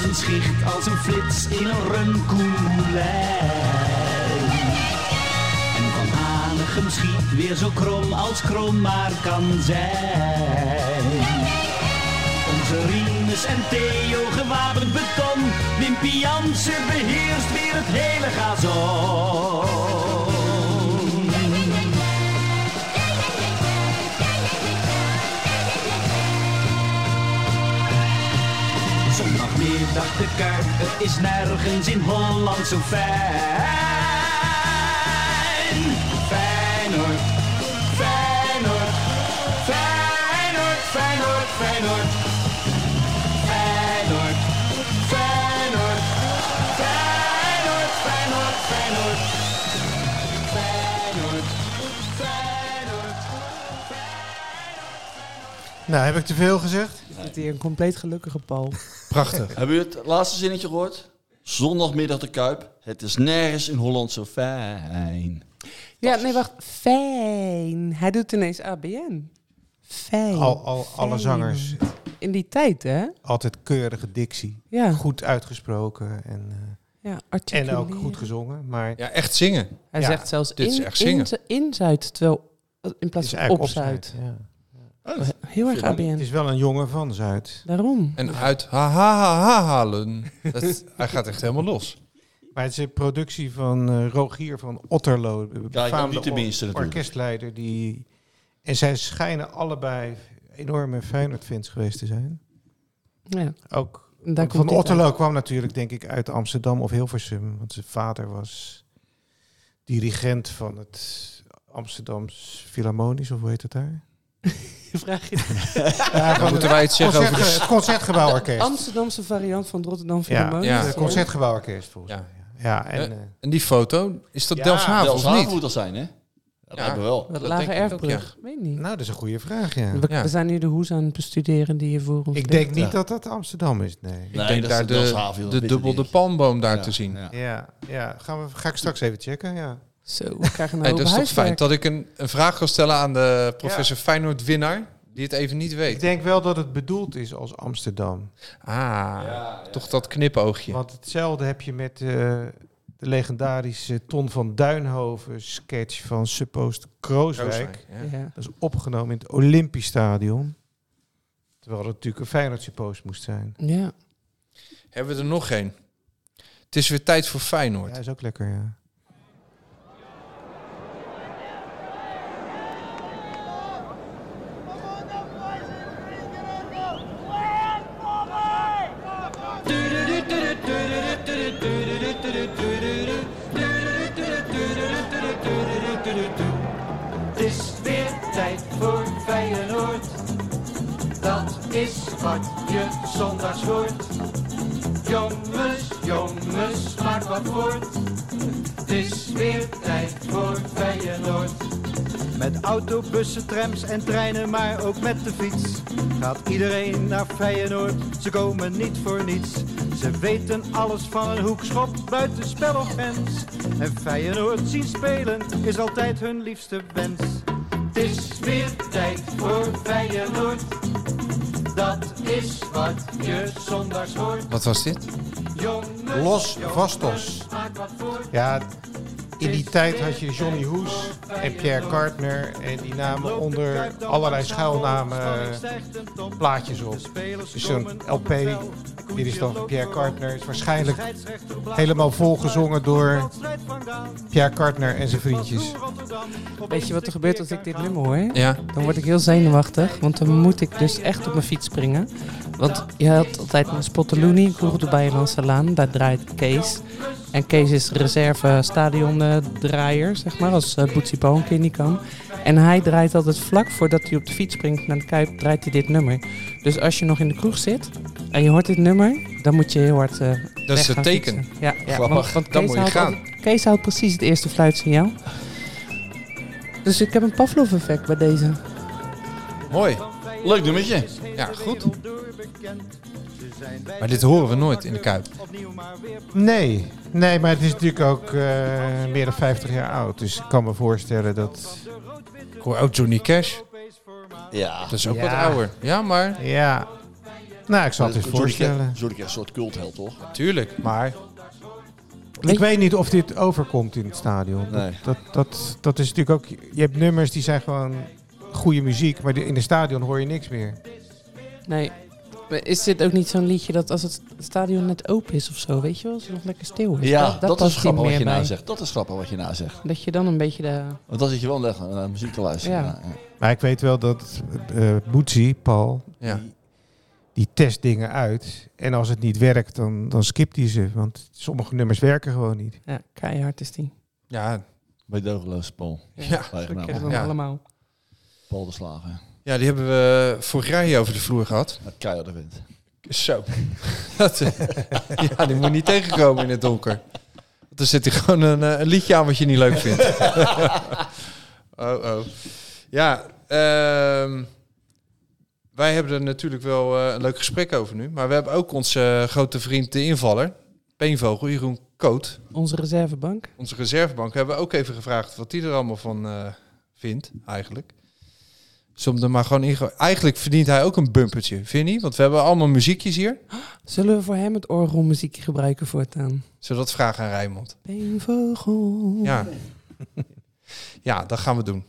S9: zijn schicht als een flits in een rumkoemelijn. En van Hanegem schiet weer zo krom als krom maar kan zijn. Onze Rinus en Theo gewapend beton, Wimpy Jansen beheerst weer het hele gazon. Zondagmiddag de Kuip, het is nergens in Holland zo fijn. Feyenoord, Feyenoord, Feyenoord, Feyenoord, Feyenoord. Feyenoord, Feyenoord, Feyenoord, Feyenoord, Feyenoord. Feyenoord, Feyenoord.
S6: Nou, heb ik te veel gezegd?
S7: Zit hier een compleet gelukkige Paul.
S5: Prachtig.
S2: Hebben jullie het laatste zinnetje gehoord? Zondagmiddag de Kuip. Het is nergens in Holland zo fijn.
S7: Ja, nee, wacht. Fijn. Hij doet ineens ABN. Fijn.
S6: Al, al, alle
S7: Fijn.
S6: zangers,
S7: In die tijd, hè?
S6: altijd keurige dictie.
S7: Ja.
S6: Goed uitgesproken en, eh,
S7: ja
S6: en ook
S7: articuleren.
S6: goed gezongen. Maar het
S5: Ja, echt zingen.
S7: Hij
S6: Ja,
S7: zegt zelfs
S5: dit is
S7: in,
S5: echt
S7: in,
S5: zingen.
S7: in Zuid, terwijl in plaats
S6: is
S7: van
S6: eigenlijk
S7: op
S6: opsluit.
S7: Zuid.
S6: ja.
S7: Heel erg
S6: Het
S7: ABN.
S6: is wel een jongen van Zuid.
S7: Daarom.
S5: En uit ha ha ha, ha halen. Dat, hij gaat echt helemaal los.
S6: Maar het is een productie van eh, Rogier van Otterlo. De befaamde
S2: niet de minste
S6: or-
S2: natuurlijk.
S6: orkestleider. Die... En zij schijnen allebei enorme Feyenoord-fans geweest te zijn.
S7: Ja,
S6: Ook
S7: en daar
S6: Want Van
S7: komt dit
S6: Otterlo kwam natuurlijk, denk ik, uit Amsterdam of Hilversum. Want zijn vader was dirigent van het Amsterdams Philharmonisch, of hoe heet het daar?
S7: uit. Vraag je
S6: Ja,
S5: Dan moeten wij iets zeggen over
S6: concertge-
S5: de...
S6: het Concertgebouworkest.
S7: Amsterdamse variant van het Rotterdam Philharmonisch.
S5: Ja,
S6: Het Concertgebouworkest, volgens mij.
S5: Ja.
S6: Ja, en... eh,
S5: En die foto, is dat
S6: Ja,
S5: Delfshaven
S2: Delfshaven
S5: of
S2: moet
S5: niet?
S2: dat zijn, hè? Dat
S5: Ja.
S2: hebben we wel.
S7: Dat
S5: Dat
S7: lage
S5: denk ik ook,
S7: erfbrug. Weet niet.
S6: nou, dat is een goede vraag, ja.
S7: we,
S5: ja.
S7: we zijn hier de hoes aan het bestuderen die hier voor ons
S6: Ik
S7: ligt.
S6: denk niet dat dat Amsterdam is, nee.
S2: Nee,
S5: Ik denk
S2: dat
S5: daar
S2: is
S5: de,
S2: Delfshaven, joh, dat
S5: de
S2: weet
S5: dubbel
S2: ik
S5: de
S2: niet.
S5: palmboom daar
S2: Ja,
S5: te zien.
S2: ja.
S6: Ja, ja. Gaan we, ga ik straks even checken, ja.
S7: Zo, we krijgen een
S5: Hey,
S7: hoop
S5: dat is toch fijn
S7: huiswerk.
S5: dat ik een, een vraag kan stellen aan de professor Feyenoord-winnaar, die het even niet
S6: Ik
S5: weet.
S6: denk wel dat het bedoeld is als Amsterdam.
S5: Ah, toch dat knipoogje.
S6: Want hetzelfde heb je met eh, de legendarische Ton van Duinhoven sketch van Suppost Krooswijk.
S5: Rooswijk, ja.
S7: Ja.
S6: Dat is opgenomen in het Olympisch Stadion. Terwijl dat natuurlijk een Feyenoord suppost moest zijn.
S7: ja.
S5: Hebben we er nog geen? Het is weer tijd voor
S6: Ja,
S5: Feyenoord.
S6: is ook lekker, ja.
S9: Het is weer tijd voor Feyenoord. Dat is wat je zondags hoort. Jongens, jongens, maak wat voort. Het is weer tijd voor Feyenoord. Met autobussen, trams en treinen, maar ook met de fiets. Gaat iedereen naar Feyenoord, ze komen niet voor niets. Ze weten alles van een hoekschop, buitenspel of fans. En Feyenoord zien spelen is altijd hun liefste wens. Het is weer tijd voor Feyenoord. Dat is wat je zondags hoort.
S5: Wat was dit?
S9: Jongens,
S6: Los Vastos.
S9: maak wat voort.
S6: Ja, in die tijd had je Johnny Hoes en Pierre Kartner. En die namen onder allerlei schuilnamen eh, plaatjes op. Dus zo'n LP, dit is dan van Pierre Kartner, is waarschijnlijk helemaal volgezongen door Pierre Kartner en zijn vriendjes.
S7: Weet je wat er gebeurt als ik dit nummer hoor?
S5: Ja,
S7: Dan word ik heel zenuwachtig, want dan moet ik dus echt op mijn fiets springen. Want je had altijd een Spotteloenie, ik hoefde bij een Salaan, daar draait Kees. En Kees is reserve stadiondraaier, zeg maar, als eh, Boetsie Bo een keer niet kan. En hij draait altijd vlak voordat hij op de fiets springt naar de Kuip, draait hij dit nummer. Dus als je nog in de kroeg zit en je hoort dit nummer, dan moet je heel hard eh
S5: dat
S7: weg
S5: is het
S7: gaan
S5: teken.
S7: fietsen. Ja, ja
S5: Grappig,
S7: want, want
S5: dan
S7: Kees,
S5: moet je
S7: houdt
S5: gaan.
S7: altijd- Kees houdt precies het eerste fluitsignaal. Dus ik heb een Pavlov-effect bij deze.
S5: Mooi.
S2: Leuk nummertje.
S5: Ja, goed. Maar dit horen we nooit in de Kuip.
S6: Nee, nee, maar het is natuurlijk ook eh, meer dan 50 jaar oud. Dus ik kan me voorstellen dat...
S5: Ik hoor ook Johnny Cash.
S2: Ja.
S5: Dat is ook
S6: Ja.
S5: wat ouder. Ja, maar
S6: Ja. Nou, ik zal het
S2: Johnny
S6: eens
S2: Cash-
S6: voorstellen.
S2: Johnny Cash is een soort cultheld, toch?
S5: Tuurlijk, maar
S6: Ik weet niet of dit overkomt in het stadion.
S2: Nee.
S6: Dat, dat, dat is natuurlijk ook... Je hebt nummers die zijn gewoon goede muziek, maar die- in het stadion hoor je niks meer.
S7: Nee. Maar Is dit ook niet zo'n liedje dat als het stadion net open is of zo, weet je wel, als het nog lekker stil is?
S2: Ja,
S7: dat,
S2: dat,
S7: past
S2: is
S7: hier
S2: grappig wat
S7: meer
S2: je
S7: bij.
S2: nou zegt. Dat is grappig wat je nou zegt.
S7: Dat je dan een beetje de...
S2: Want dan zit je wel naar, naar muziek te luisteren. Ja.
S7: Ja.
S6: Maar ik weet wel dat eh Boetsie, Paul,
S5: ja.
S6: die test dingen uit. En als het niet werkt, dan, dan skipt hij ze. Want sommige nummers werken gewoon niet.
S7: Ja, keihard is die.
S5: Ja,
S2: Bij Dogeloos Paul.
S5: ja.
S7: Dat
S2: Eigenaar,
S7: kennen we
S5: nou Ja.
S7: allemaal.
S2: Paul de Slager.
S5: ja, die hebben we vorig jaar hier over de vloer gehad.
S2: Met keiharde wind.
S5: Zo. *laughs* Dat, eh, *laughs* ja, die moet niet tegenkomen in het donker. Want er zit hier gewoon een, eh, een liedje aan wat je niet leuk vindt. *laughs* oh, oh. Ja, ehm, wij hebben er natuurlijk wel eh, een leuk gesprek over nu. Maar we hebben ook onze eh, grote vriend de invaller, Peenvogel, Jeroen Koot.
S7: Onze reservebank.
S5: Onze reservebank hebben we ook even gevraagd wat die er allemaal van eh, vindt, eigenlijk. Dus om er maar gewoon in... Eigenlijk verdient hij ook een bumpertje, vind je niet? Want we hebben allemaal muziekjes hier.
S7: Zullen we voor hem het orgelmuziekje gebruiken voortaan?
S5: Zodat vraag aan Rijmond.
S7: Peenvogel.
S5: Ja. ja, dat gaan we doen.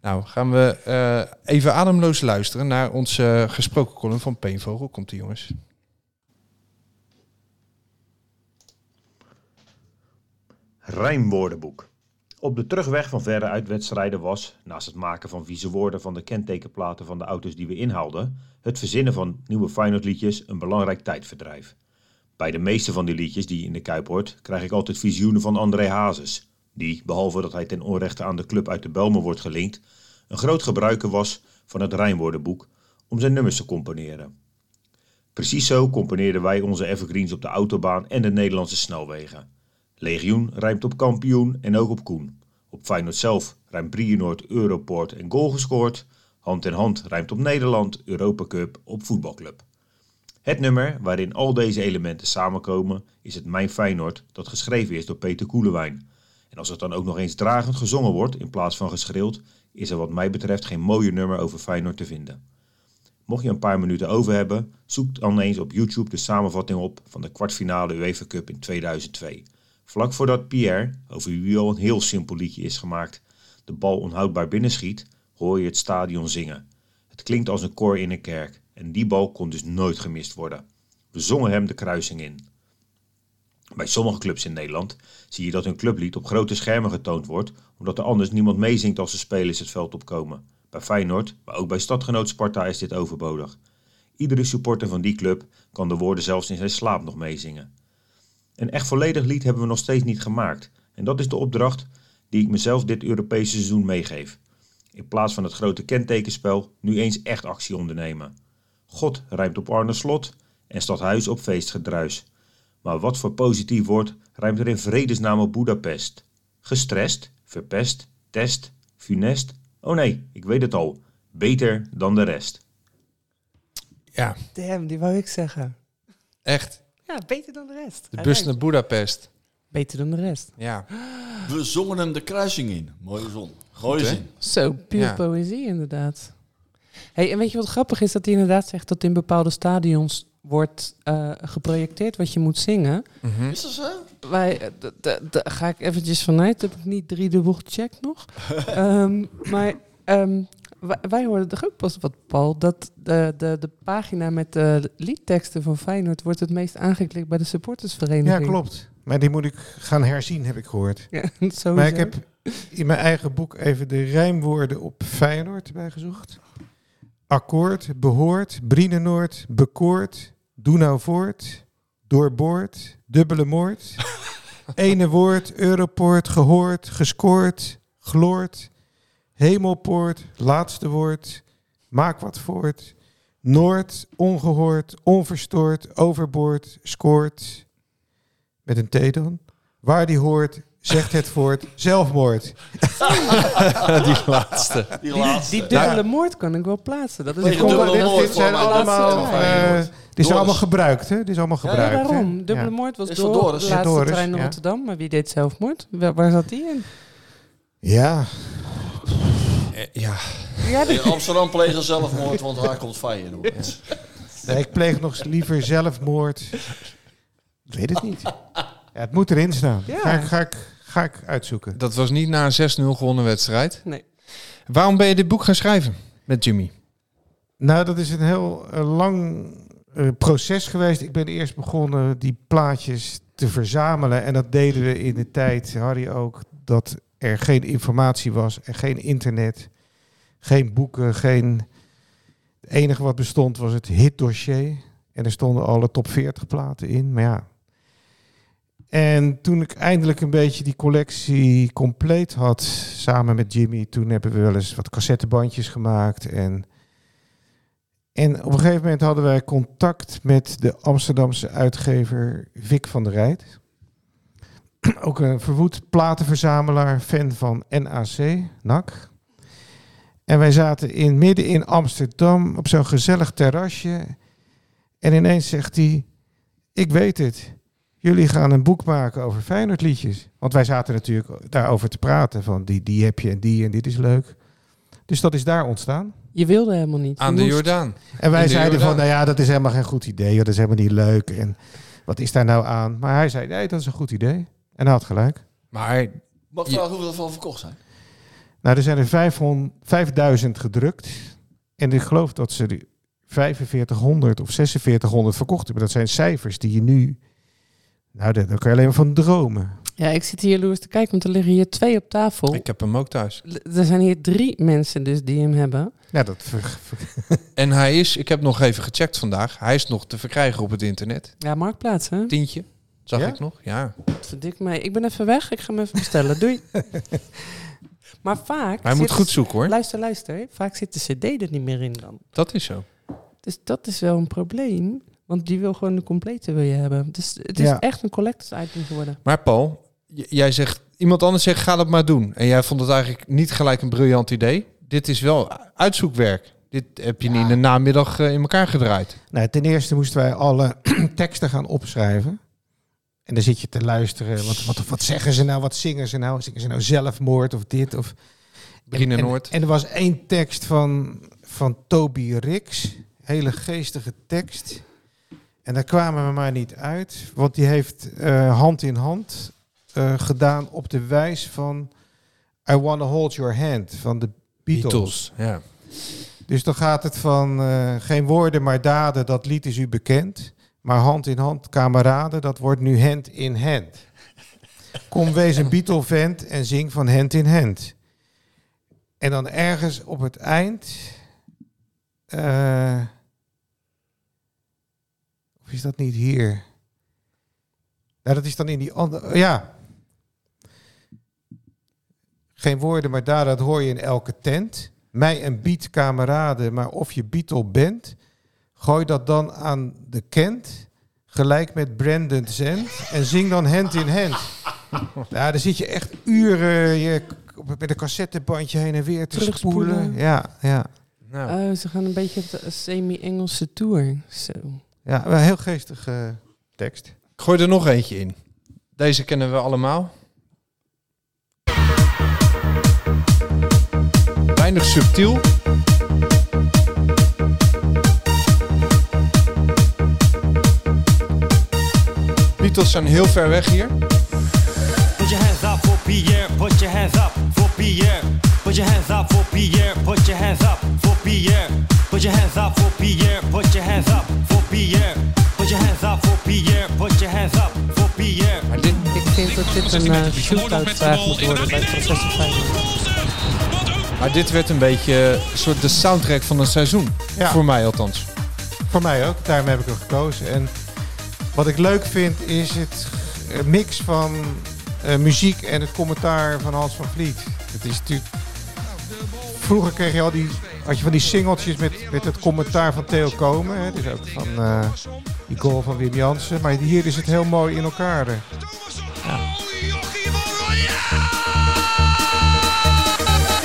S5: Nou, gaan we eh, even ademloos luisteren naar onze eh, gesproken column van Peenvogel. Komt die jongens.
S9: Rijmwoordenboek. Op de terugweg van verre uitwedstrijden was, naast het maken van vieze woorden van de kentekenplaten van de auto's die we inhaalden, het verzinnen van nieuwe Feyenoordliedjes een belangrijk tijdverdrijf. Bij de meeste van die liedjes die je in de Kuip hoort, krijg ik altijd visioenen van André Hazes, die, behalve dat hij ten onrechte aan de club uit de Belmen wordt gelinkt, een groot gebruiker was van het Rijmwoordenboek om zijn nummers te componeren. Precies zo componeerden wij onze evergreens op de autobaan en de Nederlandse snelwegen. Legioen rijmt op kampioen en ook op koen. Op Feyenoord zelf rijmt Brienoord, Europoort en goal gescoord. Hand in hand rijmt op Nederland, Europa Cup, op voetbalclub. Het nummer waarin al deze elementen samenkomen is het Mijn Feyenoord dat geschreven is door Peter Koelewijn. En als het dan ook nog eens dragend gezongen wordt in plaats van geschreeuwd, is er wat mij betreft geen mooier nummer over Feyenoord te vinden. Mocht je een paar minuten over hebben, zoek dan eens op YouTube de samenvatting op van de kwartfinale UEFA Cup in 2002. Vlak voordat Pierre, over wie al een heel simpel liedje is gemaakt, de bal onhoudbaar binnenschiet, hoor je het stadion zingen. Het klinkt als een koor in een kerk en die bal kon dus nooit gemist worden. We zongen hem de kruising in. Bij sommige clubs in Nederland zie je dat hun clublied op grote schermen getoond wordt, omdat er anders niemand meezingt als de spelers het veld opkomen. Bij Feyenoord, maar ook bij stadgenoot Sparta is dit overbodig. Iedere supporter van die club kan de woorden zelfs in zijn slaap nog meezingen. Een echt volledig lied hebben we nog steeds niet gemaakt. En dat is de opdracht die ik mezelf dit Europese seizoen meegeef. In plaats van het grote kentekenspel, nu eens echt actie ondernemen. God rijmt op Arne Slot en Stadhuis op feestgedruis. Maar wat voor positief woord rijmt er in vredesnaam op Boedapest? Gestrest, verpest, test, funest? Oh nee, ik weet het al. Beter dan de rest.
S5: Ja,
S7: Damn, die wou ik zeggen.
S5: echt.
S7: Ja, beter dan de rest.
S5: De
S7: Hij
S5: bus
S7: rijdt.
S5: naar Budapest.
S7: Beter dan de rest.
S5: Ja,
S2: We zongen hem de kruising in. Mooie zon. Mooie
S5: hè?
S2: zin.
S7: Zo, puur
S5: Ja.
S7: poëzie inderdaad. Hey, en weet je wat grappig is? Dat hij inderdaad zegt dat in bepaalde stadions wordt eh, geprojecteerd wat je moet zingen.
S2: Is dat zo?
S7: Wij, eh, d- d- daar ga ik eventjes vanuit. Heb ik niet driedubbel gecheckt nog. Ehm, maar ehm, wij, wij hoorden toch ook pas wat, Paul, dat de, de, de pagina met de liedteksten van Feyenoord wordt het meest aangeklikt bij de supportersvereniging.
S6: Ja, klopt. Maar die moet ik gaan herzien, heb ik gehoord.
S7: *laughs* Ja, sowieso.
S6: Maar ik heb in mijn eigen boek even de rijmwoorden op Feyenoord bijgezocht. Akkoord, behoort, Brienenoord, bekoord, doe nou voort, doorboord, dubbele moord. Ene woord, Europoort, gehoord, gescoord, gloord. Hemelpoort, laatste woord, maak wat voort. Noord, ongehoord, onverstoord, overboord, scoort. Met een T dan. Waar die hoort, zegt het woord zelfmoord.
S5: die laatste.
S2: Die
S7: Die,
S2: laatste.
S7: die dubbele moord kan ik wel plaatsen. Dat is
S2: Tegen
S7: een
S2: dubbele
S7: combat-
S2: moord
S6: dit zijn
S2: voor mij.
S6: allemaal,
S7: Laatste
S6: eh,
S2: Feyenoord.
S6: dit is
S2: Doris.
S6: allemaal gebruikt, hè? Dit is allemaal
S2: Ja,
S7: Ja,
S6: gebruikt. hè?
S7: daarom. Dubbele
S6: Ja.
S7: moord was
S2: Is
S7: door
S2: van Doris.
S7: de laatste
S6: Doris,
S7: trein naar
S6: ja.
S7: Rotterdam. Maar wie deed zelfmoord? Waar, waar zat die in?
S6: Ja,
S5: Ja,
S7: Ja, die-
S5: Eh,
S2: In Amsterdam plegen zelfmoord, want daar komt Feyenoord.
S6: Nee, ik pleeg nog liever zelfmoord. Ik weet het niet. Ja, het moet erin staan.
S7: Ja.
S6: Ga, ik, ga, ik, ga ik uitzoeken.
S5: Dat was niet na een 6-0 gewonnen wedstrijd.
S7: Nee.
S5: Waarom ben je dit boek gaan schrijven met Jimmy?
S6: Nou, dat is een heel eh, lang eh, proces geweest. Ik ben eerst begonnen die plaatjes te verzamelen. En dat deden we in de tijd, Harry ook, dat er geen informatie was. Er geen internet, geen boeken, geen... Het enige wat bestond was het hitdossier. En er stonden alle top 40 platen in, maar ja. En toen ik eindelijk een beetje die collectie compleet had, samen met Jimmy, toen hebben we wel eens wat cassettebandjes gemaakt en... En op een gegeven moment hadden wij contact met de Amsterdamse uitgever Vic van der Rijt. *clears throat* Ook een verwoed platenverzamelaar, fan van NAC, NAC. En wij zaten in, midden in Amsterdam op zo'n gezellig terrasje. En ineens zegt hij, ik weet het, jullie gaan een boek maken over Feyenoord liedjes. Want wij zaten natuurlijk daarover te praten, van die, die heb je en die en dit is leuk. Dus dat is daar ontstaan.
S7: Je wilde helemaal niet.
S5: Aan
S7: Je
S5: de
S7: moest-
S5: Jordaan.
S6: En
S5: In
S6: wij
S5: de
S6: zeiden
S5: Jordaan.
S6: van, nou ja, dat is helemaal geen goed idee. joh, Dat is helemaal niet leuk. En wat is daar nou aan? Maar hij zei, nee, dat is een goed idee. En hij had gelijk.
S5: Maar
S2: Mag ik
S5: Ja.
S2: vragen hoeveel ervan verkocht zijn?
S6: Nou, er zijn er 500, 5000 gedrukt. En ik geloof dat ze die 4500 of 4600 verkocht hebben. Dat zijn cijfers die je nu... Nou, daar daar kan je alleen maar van dromen.
S7: Ja, ik zit hier loers te kijken, want er liggen hier twee op tafel.
S5: ik heb hem ook thuis.
S7: L- Er zijn hier drie mensen dus die hem hebben.
S6: Ja, dat... ver- ver-
S5: En hij is, ik heb nog even gecheckt vandaag, hij is nog te verkrijgen op het internet.
S7: Ja, marktplaats hè?
S5: Tientje, zag
S6: Ja?
S5: ik nog. Ja.
S7: Verdik mij. Ik ben even weg. Ik ga hem even bestellen. Doei. *laughs* Maar vaak.
S5: Hij moet
S7: zit-
S5: goed zoeken hoor.
S7: Luister, luister. Vaak zit de CD er niet meer in dan.
S5: Dat is zo.
S7: Dus dat is wel een probleem. Want die wil gewoon de complete wil je hebben. Dus het is
S6: Ja.
S7: echt een collectors item geworden.
S5: Maar Paul, j- jij zegt, iemand anders zegt ga dat maar doen. En jij vond het eigenlijk niet gelijk een briljant idee. Dit is wel uitzoekwerk. Dit heb je niet in de namiddag eh, in elkaar gedraaid.
S6: nou, ten eerste moesten wij alle *clears throat* teksten gaan opschrijven. En dan zit je te luisteren. Wat, wat, wat zeggen ze nou? Wat zingen ze nou? Zingen ze nou zelfmoord of dit? Of...
S5: Brine
S6: en,
S5: Noord.
S6: En er was één tekst van, van Toby Rix. Hele geestige tekst. En daar kwamen we maar niet uit. Want die heeft eh, hand in hand eh, gedaan op de wijs van... I Wanna Hold Your Hand van de Beatles.
S5: Ja.
S6: Dus dan gaat het van eh, geen woorden maar daden, dat lied is u bekend. Maar hand in hand, kameraden, dat wordt nu hand in hand. Kom, wees een Beatle-vent en zing van hand in hand. En dan ergens op het eind... eh, of is dat niet hier? Nou, dat is dan in die andere... Ja. Geen woorden, maar daden, dat hoor je in elke tent. Mij een beat, kameraden, maar of je Beatle bent... Gooi dat dan aan de Kent, gelijk met Brandon Zend. En zing dan hand in hand. Nou, daar zit je echt uren je, k- met een cassettebandje heen en weer te
S7: Terugspoelen.
S6: spoelen. Ja, ja.
S5: Nou.
S7: Oh, ze gaan een beetje op de semi-Engelse tour. Zo.
S6: Ja, wel een heel geestige eh, tekst.
S5: Ik gooi er nog eentje in. Deze kennen we allemaal. Weinig subtiel. Beatles zijn heel ver weg hier.
S9: Put your hands up for Pierre, put your hands up for Pierre. Put your hands up for Pierre, put your hands up for Pierre. Put your hands up for Pierre, put your hands up for Pierre. Put your hands up for Pierre, put your hands up for Pierre.
S7: Maar dit, ik vind dat dit een eh, shootout-vraag moet worden bij Proces Feyenoord.
S5: Maar dit werd een beetje eh, een soort de soundtrack van een seizoen.
S6: Ja.
S5: Voor mij althans.
S6: Voor mij ook, daarom heb ik hem gekozen. En wat ik leuk vind is het eh, mix van eh, muziek en het commentaar van Hans van Vliet. Het is natuurlijk... Vroeger kreeg je al die, had je van die singeltjes met, met het commentaar van Theo Komen. Hè? Dus ook van eh, die goal van Wim Jansen. Maar hier is het heel mooi in elkaar. hè.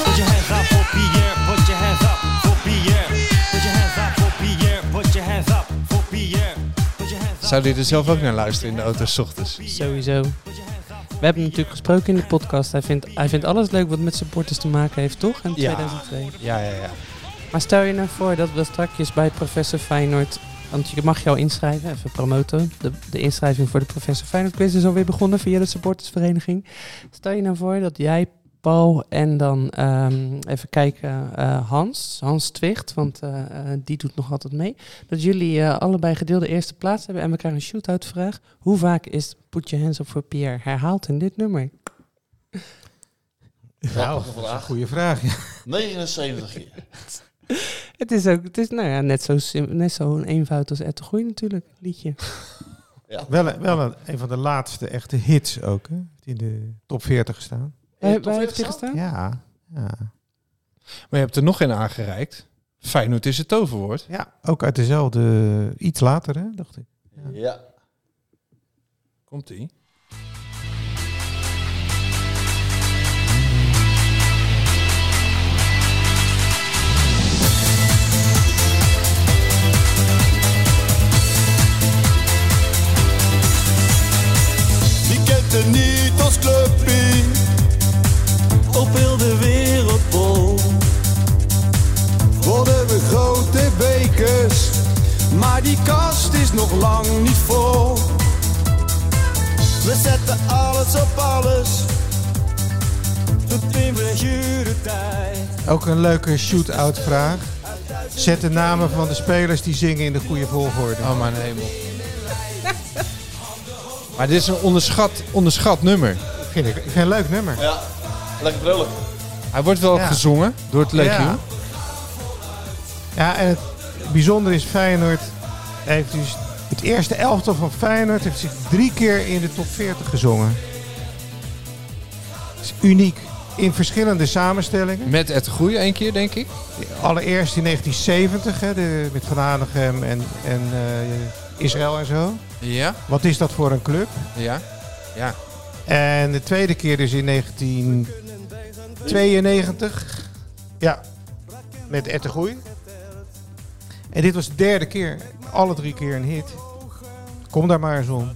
S9: Put your hands up for Pierre, put your hands up for Pierre. Put your hands up for Pierre, put your hands up for Pierre. Put your hands up
S5: Zou je er zelf ook naar luisteren in de auto s ochtends?
S7: Sowieso. We hebben natuurlijk gesproken in de podcast. Hij vindt, hij vindt alles leuk wat met supporters te maken heeft, toch? In
S5: Ja.
S7: 2002.
S5: Ja, ja, ja.
S7: Maar stel je nou voor dat we straks bij Professor Feyenoord Want je mag jou inschrijven, even promoten. De, de inschrijving voor de Professor Feyenoord Quiz is alweer begonnen via de supportersvereniging. Stel je nou voor dat jij, Paul en dan ehm, even kijken eh, Hans, Hans Twicht, want eh, eh, die doet nog altijd mee. Dat jullie eh, allebei gedeelde eerste plaats hebben en we krijgen een shootout vraag. Hoe vaak is Put Your Hands Up for Pierre herhaald in dit nummer?
S6: Nou, dat is een goede vraag. ja.
S2: 79 keer.
S7: Het is ook, het is nou ja, net zo, sim- net zo een eenvoud als Ed de Groei natuurlijk, liedje.
S6: Wel, een- wel een, een van de laatste echte hits ook. Hè? Heeft In de top 40 gestaan.
S7: Waar waar heeft hij gestaan?
S6: Ja. ja.
S5: Maar je hebt er nog een aangereikt. Feyenoord is het toverwoord.
S6: Ja, ook uit dezelfde, iets later hè, dacht ik.
S2: Ja.
S5: Komt ie.
S10: Die kent er niet als clubpie Op heel de wereldbol Worden we grote bekers Maar die kast is nog lang niet vol We zetten alles op alles De primbrejure tijd
S6: Ook een leuke shoot-out vraag. Zet de namen van de spelers die zingen in de goede volgorde.
S5: Oh mijn hemel. maar dit is een onderschat, onderschat nummer.
S6: Vind ik, ik vind het een leuk nummer.
S2: Ja. Lekker vrolijk.
S5: Hij wordt wel
S6: Ja.
S5: gezongen door het legioen.
S6: Ja. Ja, en het bijzondere is Feyenoord heeft dus het eerste elftal van Feyenoord heeft zich drie keer in de top 40 gezongen. Dat is uniek. In verschillende samenstellingen.
S5: Met het goede één keer, denk ik.
S6: Allereerst in 1970 hè, de, met Van Hanegem en, en eh, Israël en zo.
S5: Ja,
S6: Wat is dat voor een club?
S5: ja.
S6: En de tweede keer dus in 1992. Ja, met Ette Groei. En dit was de derde keer. Alle drie keer een hit. Kom daar maar eens om.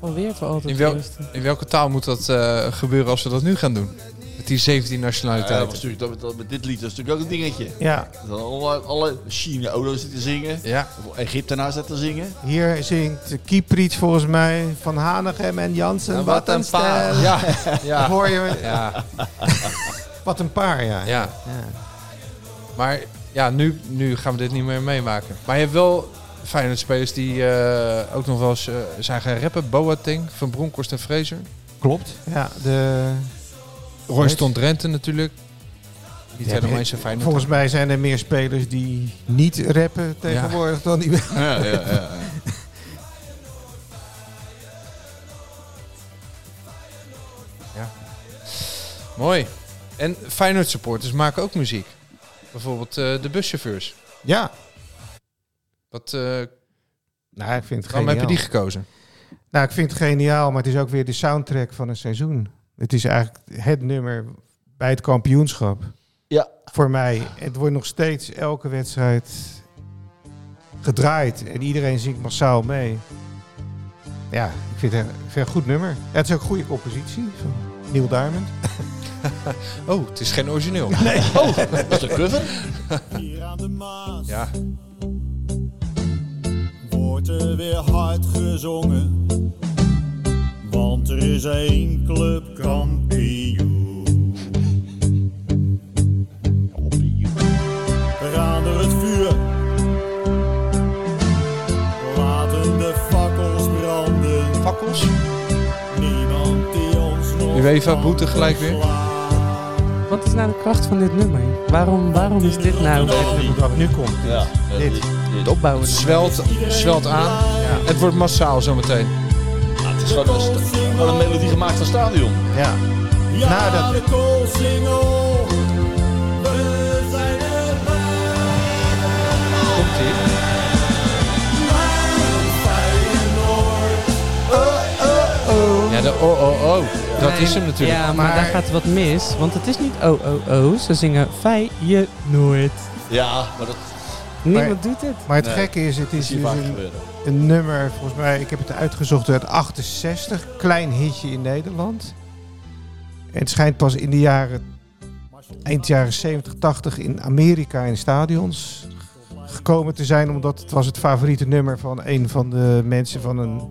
S7: Alweer voor altijd.
S5: In wel-
S7: eerst.
S5: In welke taal moet dat eh, gebeuren als we dat nu gaan doen? Met die 17
S2: Ja, dat
S5: nationaliteiten.
S2: was natuurlijk, dat, dat- met dit lied was natuurlijk ook een dingetje.
S6: Ja,
S2: Dan alle, alle China-odo's zitten zingen.
S5: Ja,
S2: Egyptenaar zitten zingen.
S6: hier zingt Kiepriet volgens mij van Hanegem en Jansen.
S2: En
S6: Nou, Wat een paar.
S5: ja,
S6: Dat
S5: ja.
S6: hoor je.
S5: ja,
S6: Wat een paar, ja.
S5: ja.
S6: Ja.
S5: Maar ja, nu, nu gaan we dit niet meer meemaken. Maar je hebt wel Feyenoord spelers die eh, ook nog wel eens eh, zijn gaan rappen. Boateng, Van Bronckhorst en Fraser.
S6: Klopt. Ja, de,
S5: Royston Drenthe natuurlijk. Niet
S6: Ja,
S5: helemaal
S6: maar-
S5: eens een Feyenoord.
S6: volgens mij zijn er meer spelers die niet rappen tegenwoordig dan die
S5: *laughs*
S2: Ja, ja, ja.
S5: Mooi. En Feyenoord supporters maken ook muziek. Bijvoorbeeld eh, de buschauffeurs.
S6: Ja,
S5: Wat, eh waarom
S6: nou, ik vind het geniaal.
S5: heb je die gekozen?
S6: Nou, ik vind het geniaal, maar het is ook weer de soundtrack van een seizoen. Het is eigenlijk het nummer bij het kampioenschap.
S2: Ja.
S6: Voor mij. Het wordt nog steeds elke wedstrijd gedraaid en iedereen zingt massaal mee. Ja, ik vind het, ik vind het een goed nummer. Ja, het is ook een goede compositie van Neil Diamond.
S5: Oh, het is geen origineel.
S2: Dat is de cover.
S10: Hier aan de Maas
S5: Ja,
S10: wordt er weer hard gezongen. Want er is één club kampioen. We gaan door het vuur. Laten de fakkels branden.
S5: fakkels.
S10: Niemand die ons nog
S5: UEFA
S10: kan
S5: boete gelijk weer.
S10: verslaan.
S7: Wat is nou de kracht van dit nummer? Waarom, waarom is dit nou
S6: Het nummer dat nu komt.
S2: Ja.
S6: Dit.
S7: het opbouwen?
S5: Zwelt, zwelt aan. Ja. Het wordt massaal zometeen.
S2: Het is gewoon een, sta- gewoon een melodie gemaakt van stadion.
S6: Ja.
S10: Ja,
S6: Nadat-
S10: de koolsingel. We zijn erbij.
S5: Komt ie.
S10: Feyenoord.
S5: Ja, de oh oh oh. Dat
S7: Nee,
S5: is hem natuurlijk.
S7: Ja, maar, daar gaat wat mis. Want het is niet oh oh oh. Ze zingen fijn je nooit.
S2: Ja, maar dat
S7: Niemand doet het.
S6: Maar het
S2: Nee,
S6: gekke is, het is
S2: is hier
S6: dus
S2: vaak
S6: een-
S2: gebeuren.
S6: een nummer, volgens mij, ik heb het uitgezocht uit 68, klein hitje in Nederland. En het schijnt pas in de jaren, eind jaren 70, 80 in Amerika in stadions gekomen te zijn omdat het was het favoriete nummer van een van de mensen van een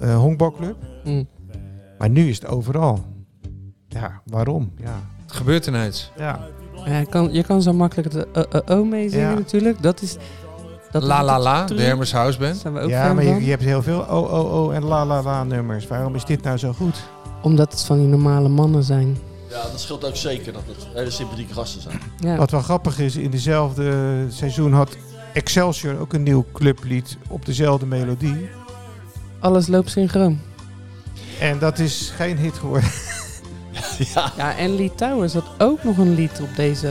S6: eh honkbalclub.
S7: Mm.
S6: Maar nu is het overal. Ja, waarom? Ja.
S5: Het gebeurt ineens.
S6: Ja.
S7: Ja, je, kan, je kan zo makkelijk de eh, O-O-O meezingen
S6: Ja.
S7: natuurlijk. Dat is... Dat
S5: La La La, de
S7: Daar
S5: Hermes House Band.
S7: Zijn we ook
S6: Ja,
S7: fan
S6: maar je,
S7: van.
S6: je hebt heel veel OOO en la la la nummers. Waarom is dit nou zo goed?
S7: Omdat het van die normale mannen zijn.
S2: Ja, dat scheelt ook zeker dat het hele sympathieke gasten zijn.
S7: Ja.
S6: Wat wel grappig is, in dezelfde seizoen had Excelsior ook een nieuw clublied op dezelfde melodie.
S7: Alles loopt synchroon.
S6: En dat is geen hit geworden.
S2: Ja.
S7: Ja, en Lee Towers had ook nog een lied op deze...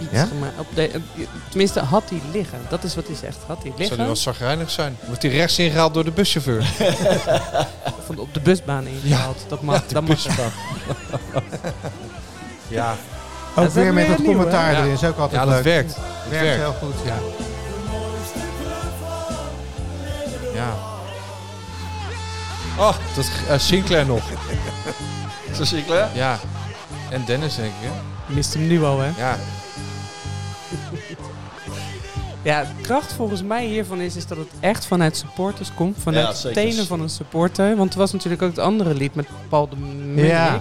S7: Iets
S6: Ja?
S7: gemaakt. Op de, eh, tenminste, had hij liggen. Dat is wat hij zegt. Had hij
S5: Zou
S7: liggen.
S5: nu wel zagrijnig zijn. Wordt hij rechts ingehaald door de
S7: *laughs*
S5: buschauffeur.
S7: van op de busbaan ingehaald. Dat mag, dat mag dat.
S5: Ja,
S6: Ook
S7: is
S6: weer
S7: ook
S6: met
S7: weer
S6: dat
S7: nieuw, hè?
S6: commentaar
S5: Ja.
S6: erin. Is ook altijd
S5: ja dat
S6: leuk.
S5: werkt. Dat
S6: Werkt
S5: werkt.
S6: heel goed, ja.
S5: Ja. Oh, dat eh, Sinclair nog.
S2: Is dat Sinclair?
S5: Ja. En Dennis, denk ik. Hè?
S7: Mist hem nu al, hè?
S5: Ja.
S7: Ja, de kracht volgens mij hiervan is, is dat het echt vanuit supporters komt. Vanuit
S2: Ja,
S7: de
S2: zeker.
S7: tenen van een supporter. Want er was natuurlijk ook het andere lied met Paul de Munnik.
S6: Ja.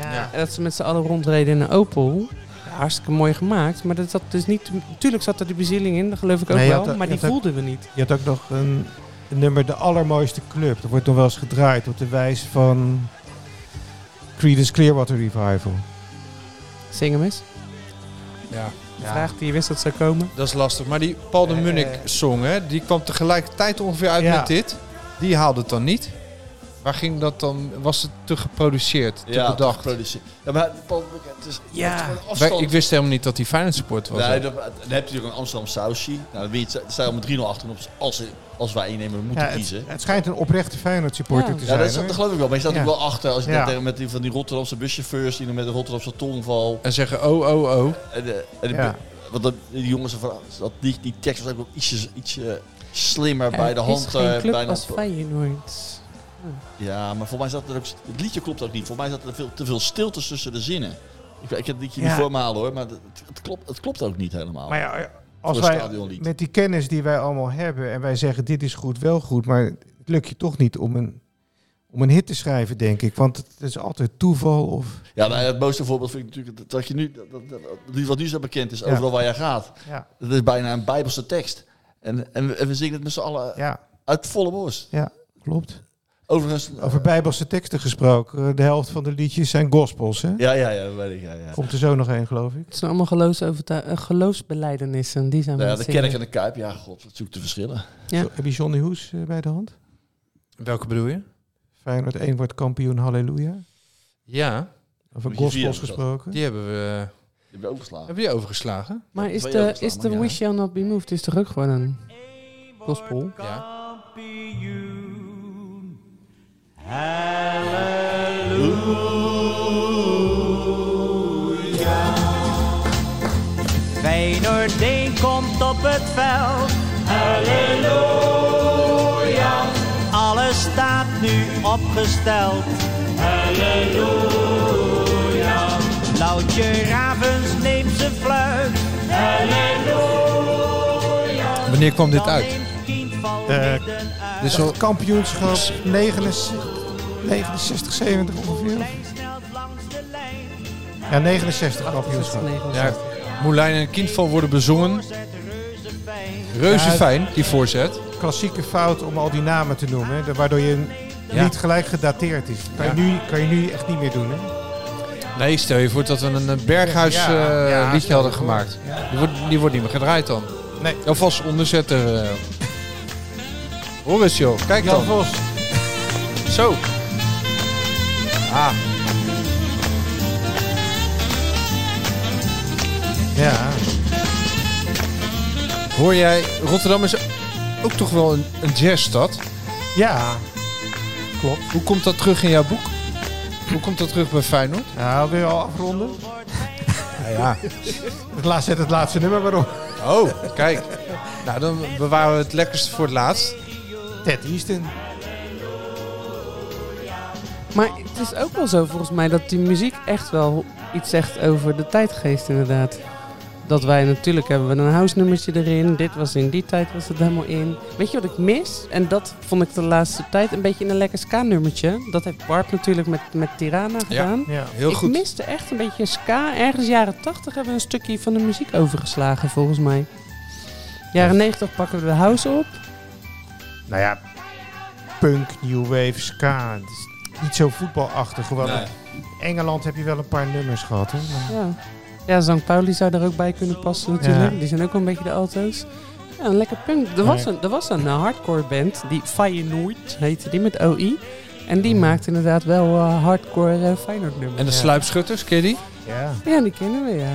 S5: Ja.
S7: En Dat ze met z'n allen rondreden in een Opel. Ja, hartstikke mooi gemaakt. Maar dat zat dus niet... Natuurlijk zat er die bezieling in, dat geloof ik ook
S6: Nee, je
S7: wel.
S6: had, eh,
S7: maar
S6: je
S7: die
S6: had ook-
S7: voelden we niet.
S6: Je had ook nog een, een nummer, De Allermooiste Club. Dat wordt nog wel eens gedraaid op de wijze van Creedence Clearwater Revival.
S7: Zing hem eens.
S5: ja.
S7: Vraag die je wist dat zou komen.
S5: Dat is lastig. Maar die Paul de
S6: Eh.
S5: Munnik song, hè, die kwam tegelijkertijd ongeveer uit
S6: Ja.
S5: met dit. Die haalde het dan niet. Waar ging dat dan? Was het te geproduceerd, te
S2: Ja,
S5: bedacht?
S2: geproduceerd. Ja, maar Paul de Munnik, het is
S7: Ja.
S2: het is gewoon
S5: Wij-
S2: afstand.
S5: ik wist helemaal niet dat die Feyenoord support was.
S2: Nee, dat- dan heb je natuurlijk een Amsterdam Sausje. Nou, dan ben je het- sta je al met 3-0 achter. en op- Als, als wij één nemen, moeten
S6: Ja, het,
S2: kiezen.
S6: het schijnt een oprechte Feyenoord supporter
S7: Ja.
S6: te
S2: Ja,
S6: zijn.
S2: dat, is,
S6: hoor.
S2: dat geloof ik wel. Maar je staat
S6: Ja.
S2: natuurlijk wel achter als je
S6: Ja.
S2: dat tegen met die, van die Rotterdamse buschauffeurs die dan met de Rotterdamse tongval.
S5: En zeggen oh, oh, oh.
S2: En, de- en de-
S6: Ja.
S2: Want dat- die jongens, van- dat, die, die tekst was ook wel ietsje, ietsje eh, slimmer bij de
S7: Er
S2: hand.
S7: is geen
S2: eh,
S7: club
S2: bijna-
S7: als Feyenoord.
S2: Ja, maar voor mij zat er ook. Het liedje klopt ook niet. Voor mij zat er veel, te veel stilte tussen de zinnen. Ik, ik heb het liedje
S6: Ja.
S2: niet voor me halen hoor, maar het, het klopt, het klopt ook niet helemaal.
S6: Maar ja, als
S2: Voor een
S6: wij
S2: stadionlied.
S6: met die kennis die wij allemaal hebben en wij zeggen dit is goed, wel goed, maar het lukt je toch niet om een, om een hit te schrijven, denk ik. Want het is altijd toeval of...
S2: Ja, nou, het mooiste voorbeeld vind ik natuurlijk dat- dat je nu, dat, dat, dat- wat nu zo bekend is,
S6: Ja.
S2: overal waar je gaat.
S6: Ja,
S2: Dat is bijna een bijbelse tekst. En, en, we- en we zingen het met z'n allen
S6: ja
S2: uit volle borst.
S6: eh, klopt.
S2: Overigens... eh,
S6: Over bijbelse teksten gesproken, eh, de helft van de liedjes zijn gospels, hè?
S2: ja, ja, ja, dat weet ik. Ja, ja.
S6: Komt er zo nog één, geloof ik.
S7: Het zijn allemaal geloofsovertu- eh, geloofsbelijdenissen. Die zijn we
S2: Nou ja,
S7: aan
S2: de
S7: het
S2: kerk en
S7: zingen.
S2: de kuip, ja, god, wat zoek de verschillen.
S7: Ja.
S6: Zo, Heb je Johnny Hoes eh, bij de hand?
S5: Welke bedoel je?
S6: Feyenoord 1 wordt kampioen, halleluja.
S5: Ja,
S6: Over
S2: Moet je vieren,
S6: gospels
S2: dat.
S6: gesproken.
S5: die hebben we eh,
S2: Die hebben we overgeslagen.
S5: hebben die overgeslagen.
S7: Maar is
S2: Twee
S7: de,
S2: overslaan,
S7: is de
S2: maar ja.
S7: We Shall Not Be Moved is toch ook gewoon een gospel?
S5: Ja.
S9: Feyenoord 1 komt op het veld. Halleluja. Alles staat nu opgesteld. Halleluja. Blauwtje Ravens neemt zijn fluit.
S5: Wanneer kwam dit
S9: Dan
S5: uit?
S9: neemt Kien van
S6: Eh,
S9: Midden uit.
S5: Dus al-
S6: Kampioenschap 69, 69, 70 ongeveer.
S9: Klein snelt langs de lijn.
S6: Ja, 69 kampioenschap.
S7: 69.
S5: ja, Moulijn en Kindval worden bezongen.
S9: Zet reuze fijn.
S5: Reuze fijn, die voorzet.
S6: klassieke fout om al die namen te noemen. Hè? de- Waardoor je
S5: Ja.
S6: niet gelijk gedateerd is. Kan,
S5: Ja.
S6: je nu, kan je nu echt niet meer doen. Hè?
S5: Nee, stel je voor dat we een eh, Berghuis
S6: Ja,
S5: eh,
S6: ja,
S5: liedje
S6: stel
S5: hadden
S6: je
S5: gemaakt. Die, wordt, die wordt niet meer gedraaid dan.
S6: Nee.
S5: Of als onderzetter. eh. Hoor eens joh, kijk
S6: Jan
S5: dan.
S6: Vos.
S5: Zo. Ah,
S6: Ja.
S5: hoor jij, Rotterdam is ook toch wel een, een jazzstad.
S6: ja. Klopt.
S5: Hoe komt dat terug in jouw boek? Hoe komt dat terug bij Feyenoord?
S6: Nou, wil je al afronden?
S5: Nou ja.
S6: Het laatste, zet het laatste nummer maar op.
S5: Oh, kijk. Nou, dan bewaren we het lekkerste voor het laatst.
S6: Ted Easton.
S7: Maar het is ook wel zo volgens mij dat die muziek echt wel iets zegt over de tijdgeest inderdaad. dat wij natuurlijk hebben we een huisnummertje erin. Dit was in die tijd was het helemaal in. Weet je wat ik mis? En dat vond ik de laatste tijd een beetje een lekker ska-nummertje. Dat heeft Bart natuurlijk met, met Tirana gedaan.
S5: ja, heel
S7: ik
S5: goed.
S7: miste echt een beetje ska. Ergens jaren 80 hebben we een stukje van de muziek overgeslagen volgens mij. Jaren 90 pakken we de house op.
S6: Nou ja, punk, new wave, ska. Het is niet zo voetbalachtig. Hoewel
S7: Nee.
S6: in Engeland heb je wel een paar nummers gehad. Hè? Maar-
S7: Ja. ja, St. Pauli zou er ook bij kunnen passen natuurlijk.
S6: Ja.
S7: Die zijn ook wel een beetje de auto's. Ja, een lekker punk. Er
S6: Nee.
S7: was een, er was een eh, hardcore band, die Feyenoord heette die, met OI. En die maakte inderdaad wel eh, hardcore eh, Feyenoord nummers.
S5: Mhm. En de sluipschutters, ken je die?
S6: Ja.
S7: Ja, die kennen we, ja.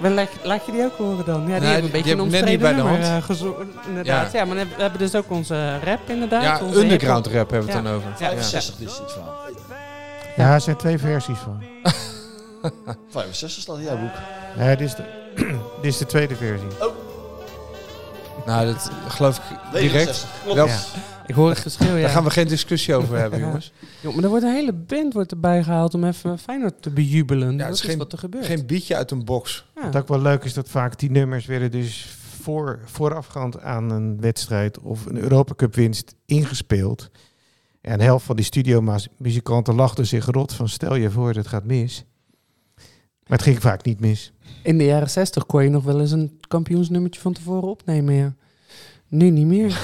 S7: Maar laat, laat je die ook horen dan? Ja, die
S5: Nee,
S7: hebben een
S5: die-
S7: beetje
S5: die
S7: een
S5: heb ik net niet
S7: omstreden
S5: bij de
S7: nummer
S5: hand.
S7: eh, gezo- Inderdaad, ja.
S5: Ja.
S7: maar we hebben dus ook onze rap inderdaad.
S5: Ja,
S7: onze
S5: underground
S7: hip-hop.
S5: rap hebben we het dan over.
S7: Ja, ja.
S2: 65 is iets van.
S6: Ja, er zijn twee versies van.
S2: 65 staat in jouw boek.
S6: Nee, dit, is de, *clears throat* dit is de tweede versie.
S5: Nou, dat geloof ik direct.
S2: 69, klopt.
S5: Wel-
S6: Ja.
S7: Ik hoor het geschreeuw, ja.
S5: Daar gaan we geen discussie over hebben,
S7: Ja.
S5: jongens.
S7: Joh, maar er wordt een hele band wordt erbij gehaald om even Feyenoord te bejubelen.
S5: Ja,
S7: dat
S5: het is
S7: is
S5: geen-
S7: wat er gebeurt.
S5: Geen biedje uit een box.
S7: Ja.
S6: Wat ook wel leuk is dat vaak die nummers werden dus voor, voorafgaand aan een wedstrijd of een Europa Cup winst ingespeeld. En de helft van die studiomuzikanten lachten zich rot van stel je voor dat gaat mis. Maar het ging vaak niet mis.
S7: *laughs* In de jaren 60 kon je nog wel eens een kampioensnummertje van tevoren opnemen, ja. Nu niet meer.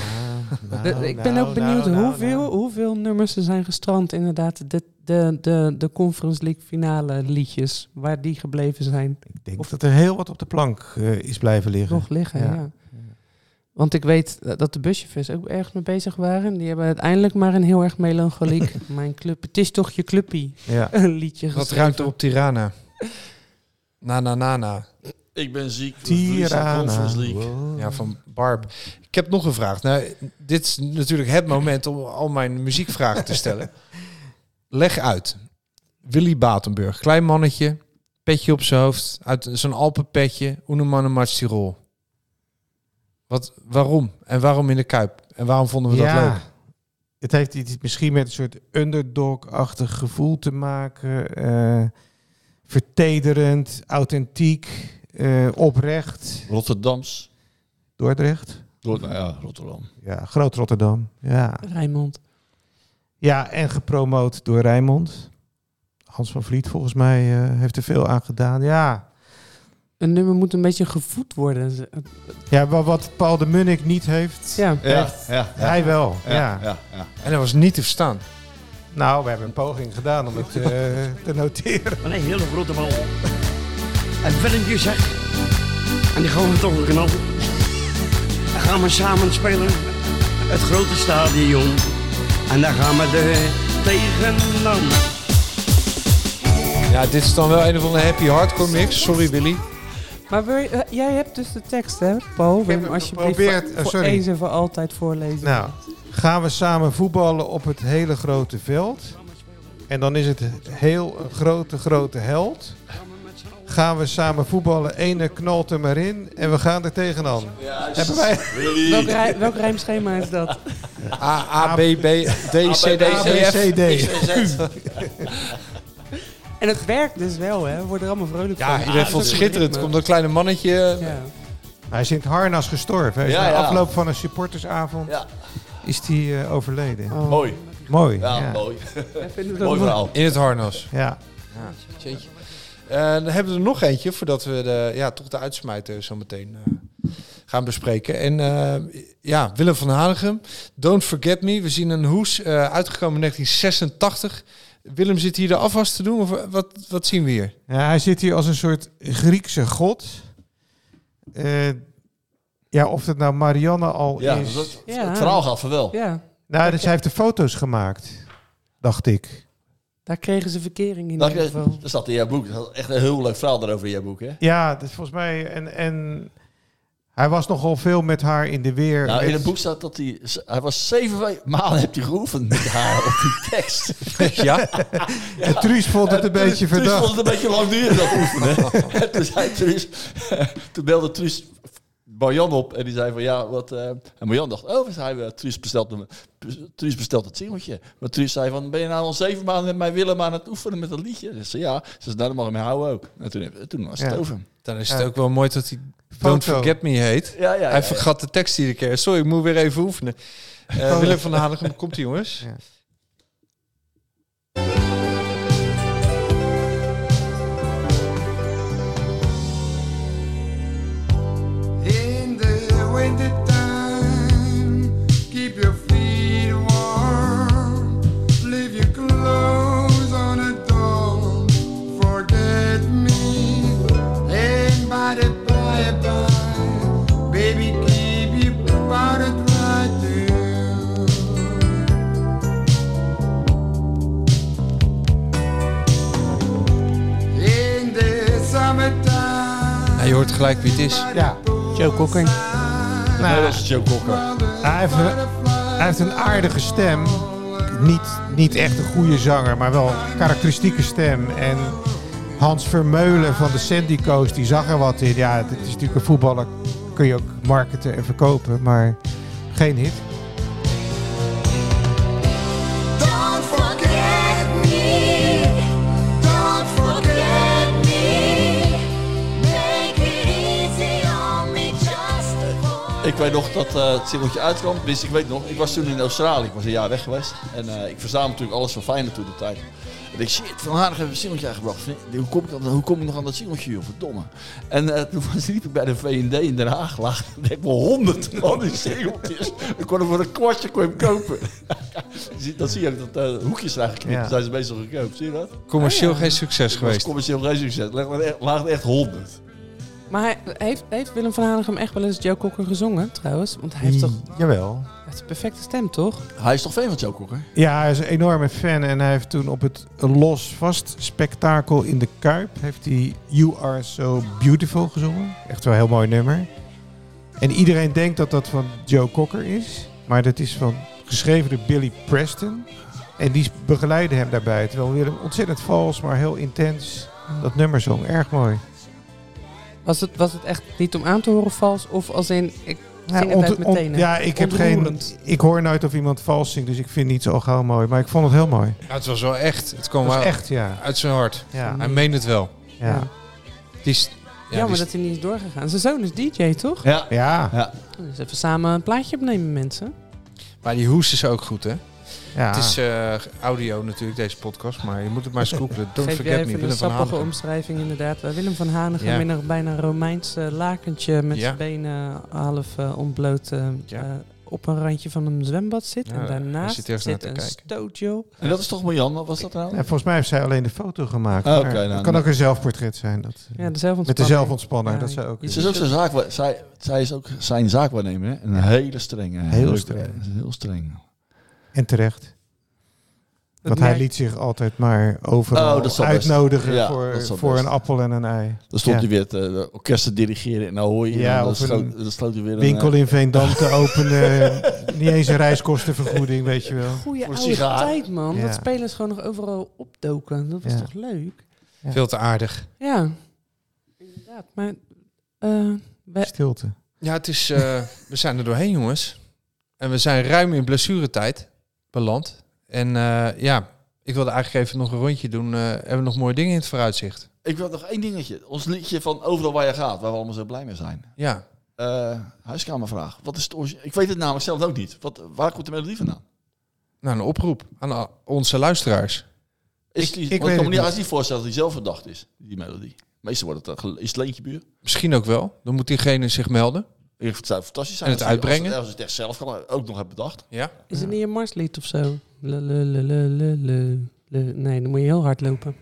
S5: Nou,
S7: De- Nou, ik ben ook benieuwd hoeveel, hoeveel nummers er zijn gestrand. Inderdaad, de, de, de, de Conference League finale liedjes, waar die gebleven zijn.
S6: Ik denk dat er heel wat op de plank eh, is blijven liggen.
S7: Nog liggen, ja.
S6: Ja.
S7: Want ik weet eh, dat de buschauffeurs ook ergens mee bezig waren. Die hebben uiteindelijk maar een heel erg melancholiek... *laughs* Mijn club, het is toch je clubpie,
S6: Ja.
S7: een liedje
S5: Wat
S7: geschreven.
S5: ruimt er op Tirana? Na, na, na, na.
S2: Ik ben ziek. we verliezen de
S6: Tirana.
S2: Conference League.
S5: Ja, van Barb. Ik heb nog een vraag. Nou, dit is natuurlijk het moment om al mijn muziekvragen te *laughs* stellen. Leg uit. Willy Batenburg, klein mannetje, petje op zijn hoofd, uit zo'n Alpenpetje, Oeneman en Mats Tirol. Wat, waarom? En waarom in de Kuip? En waarom vonden we dat leuk?
S6: Het heeft iets misschien met een soort underdog-achtig gevoel te maken. eh, vertederend, authentiek, eh, oprecht.
S2: Rotterdams.
S6: Dordrecht?
S2: Door, nou ja, Rotterdam.
S6: Ja, Groot Rotterdam. Ja,
S7: Rijnmond.
S6: ja en gepromoot door Rijnmond. Hans van Vliet volgens mij eh, heeft er veel aan gedaan. Ja,
S7: Een nummer moet een beetje gevoed worden. Ze-
S6: ja wa- wat Paul de Munnik niet heeft,
S7: Ja.
S2: Ja, ja, ja.
S6: hij wel. Ja.
S2: ja, ja.
S5: En dat was niet te verstaan.
S6: Nou, we hebben een poging gedaan om het eh, te noteren.
S9: Wat een hele grote bal. En vellentje zeg. En die gooien we toch een knal. Dan gaan we samen spelen. Het grote stadion. En dan gaan we er tegenaan.
S5: Ja, dit is dan wel een of andere happy hardcore mix. Sorry Willy.
S7: Maar wil je- eh, jij hebt dus de tekst, hè, Paul? Wil je
S6: heb
S7: hem
S6: hem
S7: alsjeblieft
S6: geprobeerd.
S7: voor,
S6: Oh,
S7: voor
S6: sorry.
S7: eens en voor altijd voorlezen?
S6: Nou, gaan we samen voetballen op het hele grote veld. En dan is het heel een grote, grote held. Gaan we samen voetballen, ene knalt er maar in en we gaan er tegenaan. Hebben wij
S7: Welk, rij- welk rijmschema is dat?
S5: A, A, B, B, D, C, D,
S6: A, B,
S5: E, F.
S6: C, D.
S7: En het werkt dus wel, hè? We worden er allemaal vrolijk
S5: Ja,
S7: van.
S5: iedereen vond het schitterend. Komt dat kleine mannetje.
S7: Ja.
S6: Hij is in het harnas gestorven. Hij is
S2: Ja,
S6: na
S2: ja.
S6: afloop van een supportersavond
S2: Ja.
S6: is hij eh, overleden.
S2: Mooi.
S6: Mooi.
S2: Ja,
S6: Ja, ja.
S2: mooi.
S7: Ja, vinden we dat
S2: Mooi
S7: nog-
S2: verhaal.
S5: In het harnas.
S6: ja.
S5: Jeetje. Eh, dan hebben we er nog eentje voordat we de, ja, toch de uitsmijter zo meteen eh, gaan bespreken. En eh, ja, Willem van Hanegem, Don't Forget Me. We zien een hoes, eh, uitgekomen in 1986. Willem zit hier de afwas te doen, of wat, wat zien we hier?
S6: hij zit hier als een soort Griekse god. Eh, ja, of dat nou Marianne al
S2: Ja,
S6: is.
S2: dat,
S7: Ja.
S2: het verhaal gaat van wel.
S7: Ja,
S6: Nou, dus hij heeft de foto's gemaakt, dacht ik.
S7: daar kregen ze verkering in
S2: Dat,
S7: ieder geval.
S2: dat zat in jouw boek. Dat is echt een heel leuk verhaal daarover in jouw boek, hè?
S6: Ja, dus volgens mij. En, en hij was nogal veel met haar in de weer.
S2: Nou, in
S6: Met-
S2: het boek staat dat hij... Hij was zeven we- maanden heeft hij geoefend met haar op die tekst.
S5: ja,
S6: En Truus vond het een beetje
S2: Truus
S6: verdacht.
S2: *laughs* vond het een beetje lang duren, dat oefenen. En toen, zei Truus, toen belde Truus Marjan op en die zei van ja, wat... eh, en Marjan dacht, oh, we zijn, eh, Truus bestelt, een, Truus bestelt het singeltje. Maar Truus zei van, ben je nou al zeven maanden met mij Willem aan het oefenen met dat liedje? Ze zei ja, ze zei, nou, dan mag ik me houden ook. En toen, heb- toen was het
S5: Ja.
S2: over.
S5: Dan is het ook wel mooi dat hij Don't Forget Me heet.
S2: Ja, ja, ja,
S5: hij
S2: ja.
S5: vergat de tekst iedere keer. Sorry, ik moet weer even oefenen. Eh, Willem van Hanegem, komt ie jongens.
S10: In the winter time, keep your feet warm. Leave your clothes on a door. Forget me. And by the bye bye, baby, keep your powder dry too. In the summertime.
S5: Hij je hoort gelijk wie het is.
S6: Ja, Joe Cocker.
S2: Nee, dat is Joe Cocker.
S6: Nou, Hij heeft, een- hij heeft een aardige stem. Niet, niet echt een goede zanger, maar wel een karakteristieke stem. En Hans Vermeulen van de Sandy Coast, die zag er wat in. Ja, het is natuurlijk een voetballer. Kun je ook marketen en verkopen, maar geen hit.
S10: Don't forget me. Don't forget me. Make it easy on me just
S2: Ik weet nog dat eh, het singeltje uitkwam. Dus ik weet nog, ik was toen in Australië. Ik was een jaar weg geweest. En eh, ik verzamelde natuurlijk alles van Feyenoord toen de tijd. En ik shit, Van Haardig heeft een singeltje uitgebracht. Vind- Hoe kom ik, aan- hoe kom ik nog aan dat singeltje, joh? Verdomme. En eh, toen was, liep ik bij de V&D in Den Haag. *laughs* Laag, ik wel honderd van die singeltjes. Ik kon hem voor een kwartje kon je hem kopen. *laughs* Zie- dan zie je ook dat eh, hoekjes zijn geknipt.
S5: Ja.
S2: Dan zijn ze meestal gekoopt. Zie je dat?
S5: Commercieel geen succes
S2: Dat was
S5: geweest.
S2: commercieel geen succes. Er lagen echt- lagen echt honderd.
S7: Maar hij, heeft, heeft Willem van Hanegem echt wel eens Joe Cocker gezongen, trouwens? Want hij
S6: Hmm.
S7: heeft toch...
S6: Jawel.
S7: Hij heeft een perfecte stem, toch?
S2: Hij is toch fan van Joe Cocker?
S6: Ja, hij is een enorme fan en hij heeft toen op het Los Vast spektakel in de Kuip... heeft hij You Are So Beautiful gezongen. Echt wel een heel mooi nummer. En iedereen denkt dat dat van Joe Cocker is. Maar dat is van, geschreven door Billy Preston. En die begeleidde hem daarbij. Terwijl Willem ontzettend vals, maar heel intens dat nummer zong. Erg mooi.
S7: Was het, was het echt niet om aan te horen vals? Of als in, ik zing het
S6: ont-
S7: uit
S6: ont-
S7: mijn tenen?
S6: ja, ik heb geen...
S7: Ontroerend.
S6: Ik hoor nooit of iemand vals zingt, dus ik vind niet zo gauw mooi. Maar ik vond het heel mooi.
S5: Ja, het was wel echt. Het kwam
S6: Het was
S5: wel
S6: echt, ja.
S5: uit zijn hart.
S6: Ja.
S5: Hij meende het wel.
S6: Ja.
S5: Die is, ja, dus-
S7: Jammer
S5: die is-
S7: dat hij niet is doorgegaan. Zijn zoon is DJ, toch?
S2: Ja.
S6: Ja.
S7: Dus even samen een plaatje opnemen, mensen.
S5: Maar die hoes is ook goed, hè?
S6: Ja.
S5: Het is eh, audio natuurlijk, deze podcast. Maar je moet
S7: *laughs*
S5: het maar eens googlen. Don't
S7: Geef jij
S5: forget me,
S7: even
S5: Willem
S7: een
S5: van
S7: sappige
S5: Hanegem.
S7: omschrijving inderdaad. Waar Willem van Hanegem
S5: Ja.
S7: in een bijna Romeins eh, lakentje met
S5: Ja.
S7: zijn benen half eh, ontbloot eh, eh, op een randje van een zwembad zit.
S5: Ja,
S7: en daarnaast
S5: hij zit
S7: zit,
S5: ergens naar te
S7: een
S5: kijken.
S7: stootje
S2: En dat is toch Marjan? Wat was dat nou?
S6: Ja, volgens mij heeft zij alleen de foto gemaakt.
S2: Ah,
S6: maar
S2: oké, nou,
S6: het kan
S2: nou.
S6: ook een zelfportret zijn. Dat, eh,
S7: Ja, de
S6: Met de
S7: zelfontspanning.
S6: zelfontspanner.
S7: Ja,
S6: dat zou ook.
S2: Ze is ook zijn zaak, zij, zij is ook zijn zaakwaarnemer. Hè? Een hele strenge.
S6: Heel
S2: Leuk,
S6: streng.
S2: hè? Heel streng.
S6: En terecht. Want hij
S2: merk-
S6: liet zich altijd maar overal
S2: Oh, dat zal best.
S6: uitnodigen
S2: Ja, dat zal
S6: voor, voor
S2: best.
S6: een appel en een ei.
S2: Dan stond
S6: Ja.
S2: hij weer te eh, orkest te dirigeren in Ahoy.
S6: Ja,
S2: en dan
S6: of een
S2: sloot, dan sloot hij weer
S6: winkel
S2: een, eh,
S6: in Veendam te openen. *laughs* Niet eens een reiskostenvergoeding, weet je wel.
S7: Goeie
S2: Voor een
S7: oude
S2: sigaar.
S7: tijd, man.
S6: Ja.
S7: Dat spelers gewoon nog overal opdoken. Dat was toch leuk?
S5: Veel te aardig.
S7: Ja. Inderdaad, maar... eh, wij-
S6: Stilte.
S5: Ja, het is,
S7: *laughs*
S5: eh, we zijn er doorheen, jongens. En we zijn ruim in blessuretijd beland. En eh, ja, ik wilde eigenlijk even nog een rondje doen. eh, hebben we nog mooie dingen in het vooruitzicht?
S2: Ik wil nog één dingetje. Ons liedje van Overal Waar Je Gaat, waar we allemaal zo blij mee zijn.
S5: Ja.
S2: Eh, huiskamervraag. Wat is het origi- Ik weet het namelijk zelf ook niet. Wat, waar komt de melodie vandaan?
S5: Nou, een oproep aan al- onze luisteraars.
S2: Is die,
S5: ik
S2: want
S5: weet
S2: ik kan
S5: het
S2: me niet,
S5: niet.
S2: als niet voorstellen dat die zelf verdacht is, die melodie. Meestal wordt het, dan gel- is het leentje buur.
S5: Misschien ook wel. Dan moet diegene zich melden.
S2: Het zou fantastisch zijn
S5: En het
S2: als die- als
S5: uitbrengen.
S2: het- Als het echt zelf kan, ook nog hebben bedacht.
S5: Ja.
S7: Is het niet een marslied of zo? Le, le, le, le, le, le, le. Nee, dan moet je heel hard lopen.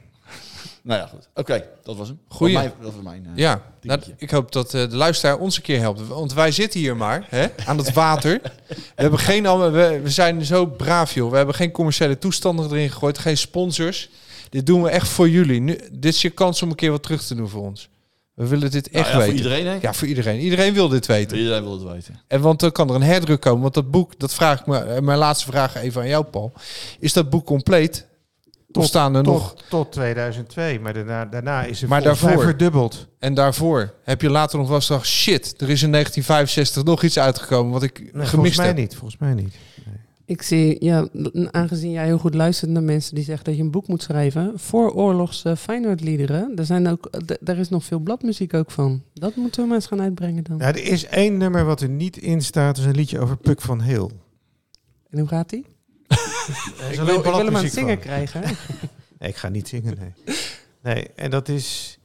S2: Nou ja, goed. Oké, dat was hem.
S5: Goeie.
S2: Dat was mijn, dat was mijn eh,
S5: ja, nou,
S2: dingetje.
S5: ik hoop dat eh, de luisteraar ons een keer helpt. Want wij zitten hier maar hè, aan het water. We, hebben geen, allemaal- we, we zijn zo braaf, joh. We hebben geen commerciële toestanden erin gegooid, geen sponsors. Dit doen we echt voor jullie. Nu, dit is je kans om een keer wat terug te doen voor ons. We willen dit
S2: Nou
S5: echt
S2: ja, voor
S5: weten.
S2: iedereen, denk ik.
S5: Ja, voor iedereen. Iedereen wil dit weten.
S2: Iedereen wil het weten.
S5: En want dan kan er een herdruk komen. Want dat boek, dat vraag ik me. eh, Mijn laatste vraag even aan jou, Paul. Is dat boek compleet? staan er
S6: tot,
S5: nog.
S6: Tot 2002, maar daarna, daarna is het
S5: Maar
S6: volgens mij
S5: daarvoor.
S6: verdubbeld.
S5: En daarvoor heb je later nog wel eens gedacht: shit, er is in 1965 nog iets uitgekomen wat ik
S6: Nee,
S5: gemist
S6: volgens mij
S5: heb.
S6: niet, volgens mij niet.
S7: Ik zie, ja, n- aangezien jij heel goed luistert naar mensen die zeggen dat je een boek moet schrijven. Vooroorlogs uh, Feyenoord-liederen. Daar, zijn ook, d- daar is nog veel bladmuziek ook van. Dat moeten we maar eens gaan uitbrengen dan.
S6: Nou, er is één nummer wat er niet in staat, dat is een liedje over Puk van Heel.
S7: En hoe gaat die?
S6: Er is
S7: ik,
S6: alleen
S7: wil, ik wil hem aan
S6: balladmuziek
S7: het zingen
S6: van.
S7: krijgen.
S6: Nee, ik ga niet zingen, nee. Nee, en dat is...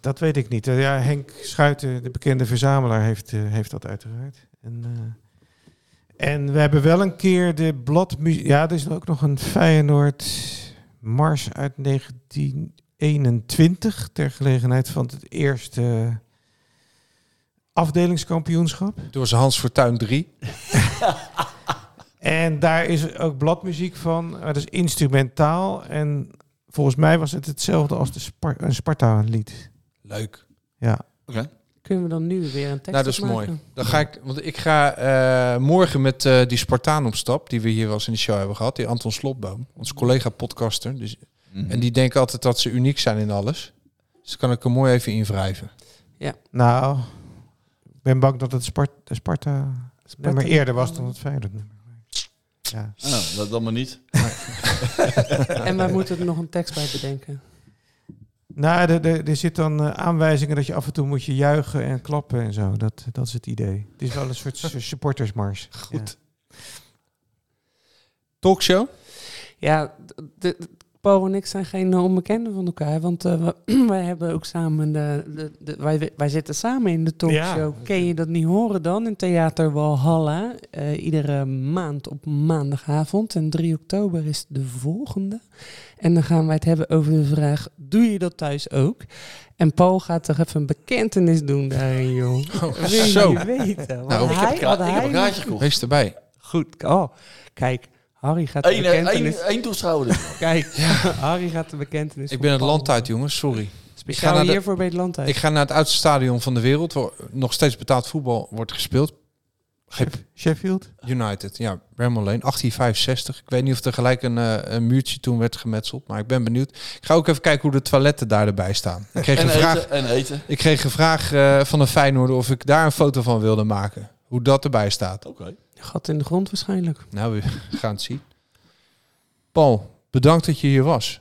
S6: Dat weet ik niet. Ja, Henk Schuiten, de bekende verzamelaar, heeft, eh, heeft dat uiteraard. En, eh, en we hebben wel een keer de bladmuziek... Ja, er is ook nog een Feyenoord Mars uit 1921... ter gelegenheid van het eerste afdelingskampioenschap.
S5: Door zijn Hans Fortuin 3.
S6: En daar is ook bladmuziek van. maar Dat is instrumentaal. En volgens mij was het hetzelfde als de Spar- een Sparta-lied.
S5: Leuk.
S6: Ja.
S7: *laughs* Kunnen we dan nu weer een tekst
S5: nou, dat is
S7: opmaken?
S5: mooi. Dan ga ik, want ik ga eh, morgen met eh, die Spartaan op stap, die we hier wel eens in de show hebben gehad, die Anton Slotboom, onze collega-podcaster. Dus, En die denken altijd dat ze uniek zijn in alles. Dus dat kan ik er mooi even in wrijven.
S6: Nou, ik ben bang dat het Sparta, Sparta, nummer eerder was dan het Feyenoord nummer. Ja.
S2: Nou, dat dan maar niet.
S7: En wij moeten er nog een tekst bij bedenken.
S6: Nou, er- er- er zit dan eh, aanwijzingen dat je af en toe moet je juichen en klappen en zo. Dat, dat is het idee. Het is wel een soort s- supportersmars. Goed.
S5: Talkshow?
S7: Ja, d- d- d- Paul en ik zijn geen eh, onbekenden van elkaar. Want eh, we- *clears throat* wij hebben ook samen de, de, de- wij, wij zitten samen in de talkshow.
S6: Ja.
S7: Ken je dat niet horen dan? In Theater Walhalla. eh, iedere maand op maandagavond. En 3 oktober is de volgende. En dan gaan wij het hebben over de vraag: doe je dat thuis ook? En Paul gaat toch even een bekentenis doen daarin,
S2: *laughs*
S7: joh. Wil je
S5: zo.
S7: weten? Want
S5: Nou, ik
S7: hij,
S2: heb een ka-
S7: had
S2: Oh, ik heb
S7: hij
S2: een kaartje
S7: nog-
S2: gekocht.
S5: Wees erbij.
S7: Goed. Oh, kijk. Harry gaat de
S2: Eén eh,
S7: bekentenis...
S2: één-
S5: *laughs*
S2: één toeschouwer.
S7: Kijk, Harry gaat de bekentenis...
S5: Ik
S7: van
S5: ben het
S7: Paul
S5: land uit, jongens. Sorry. Ik ga
S7: Speciaal
S5: naar de-
S7: hiervoor bij het land uit.
S5: Ik ga naar het oudste stadion van de wereld, waar nog steeds betaald voetbal wordt gespeeld.
S6: Sheffield?
S5: United, ja, Bramall Lane, 1865. Ik weet niet of er gelijk een, eh, een muurtje toen werd gemetseld, maar ik ben benieuwd. Ik ga ook even kijken hoe de toiletten daar erbij staan. Ik kreeg
S2: En eh,
S5: een vraag,
S2: eten, en eten.
S5: ik kreeg een vraag eh, van een Feyenoorder of ik daar een foto van wilde maken. Hoe dat erbij staat.
S2: Oké.
S7: Gat in de grond waarschijnlijk.
S5: Nou, we *laughs* gaan het zien. Paul, bedankt dat je hier was.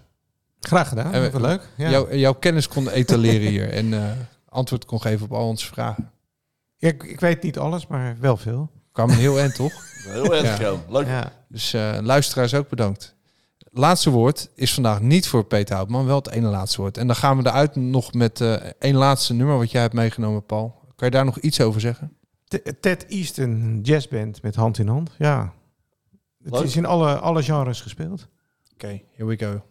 S6: Graag gedaan.
S5: En we-
S6: Wat leuk. Ja.
S5: Jouw, jouw kennis kon etaleren hier en eh, antwoord kon geven op al onze vragen.
S6: Ja, ik, ik weet niet alles, maar wel veel.
S5: Kwam een heel eind, toch?
S2: Heel erg gewoon. Leuk.
S6: Ja.
S5: Dus eh, luisteraars ook bedankt. Laatste woord is vandaag niet voor Peter Houtman, wel het ene laatste woord. En dan gaan we eruit nog met eh één laatste nummer wat jij hebt meegenomen, Paul. Kan je daar nog iets over zeggen?
S6: T- Ted Easton, jazzband met hand in hand. Ja. Het
S2: Leuk.
S6: is in alle, alle genres gespeeld.
S5: Oké, here we go.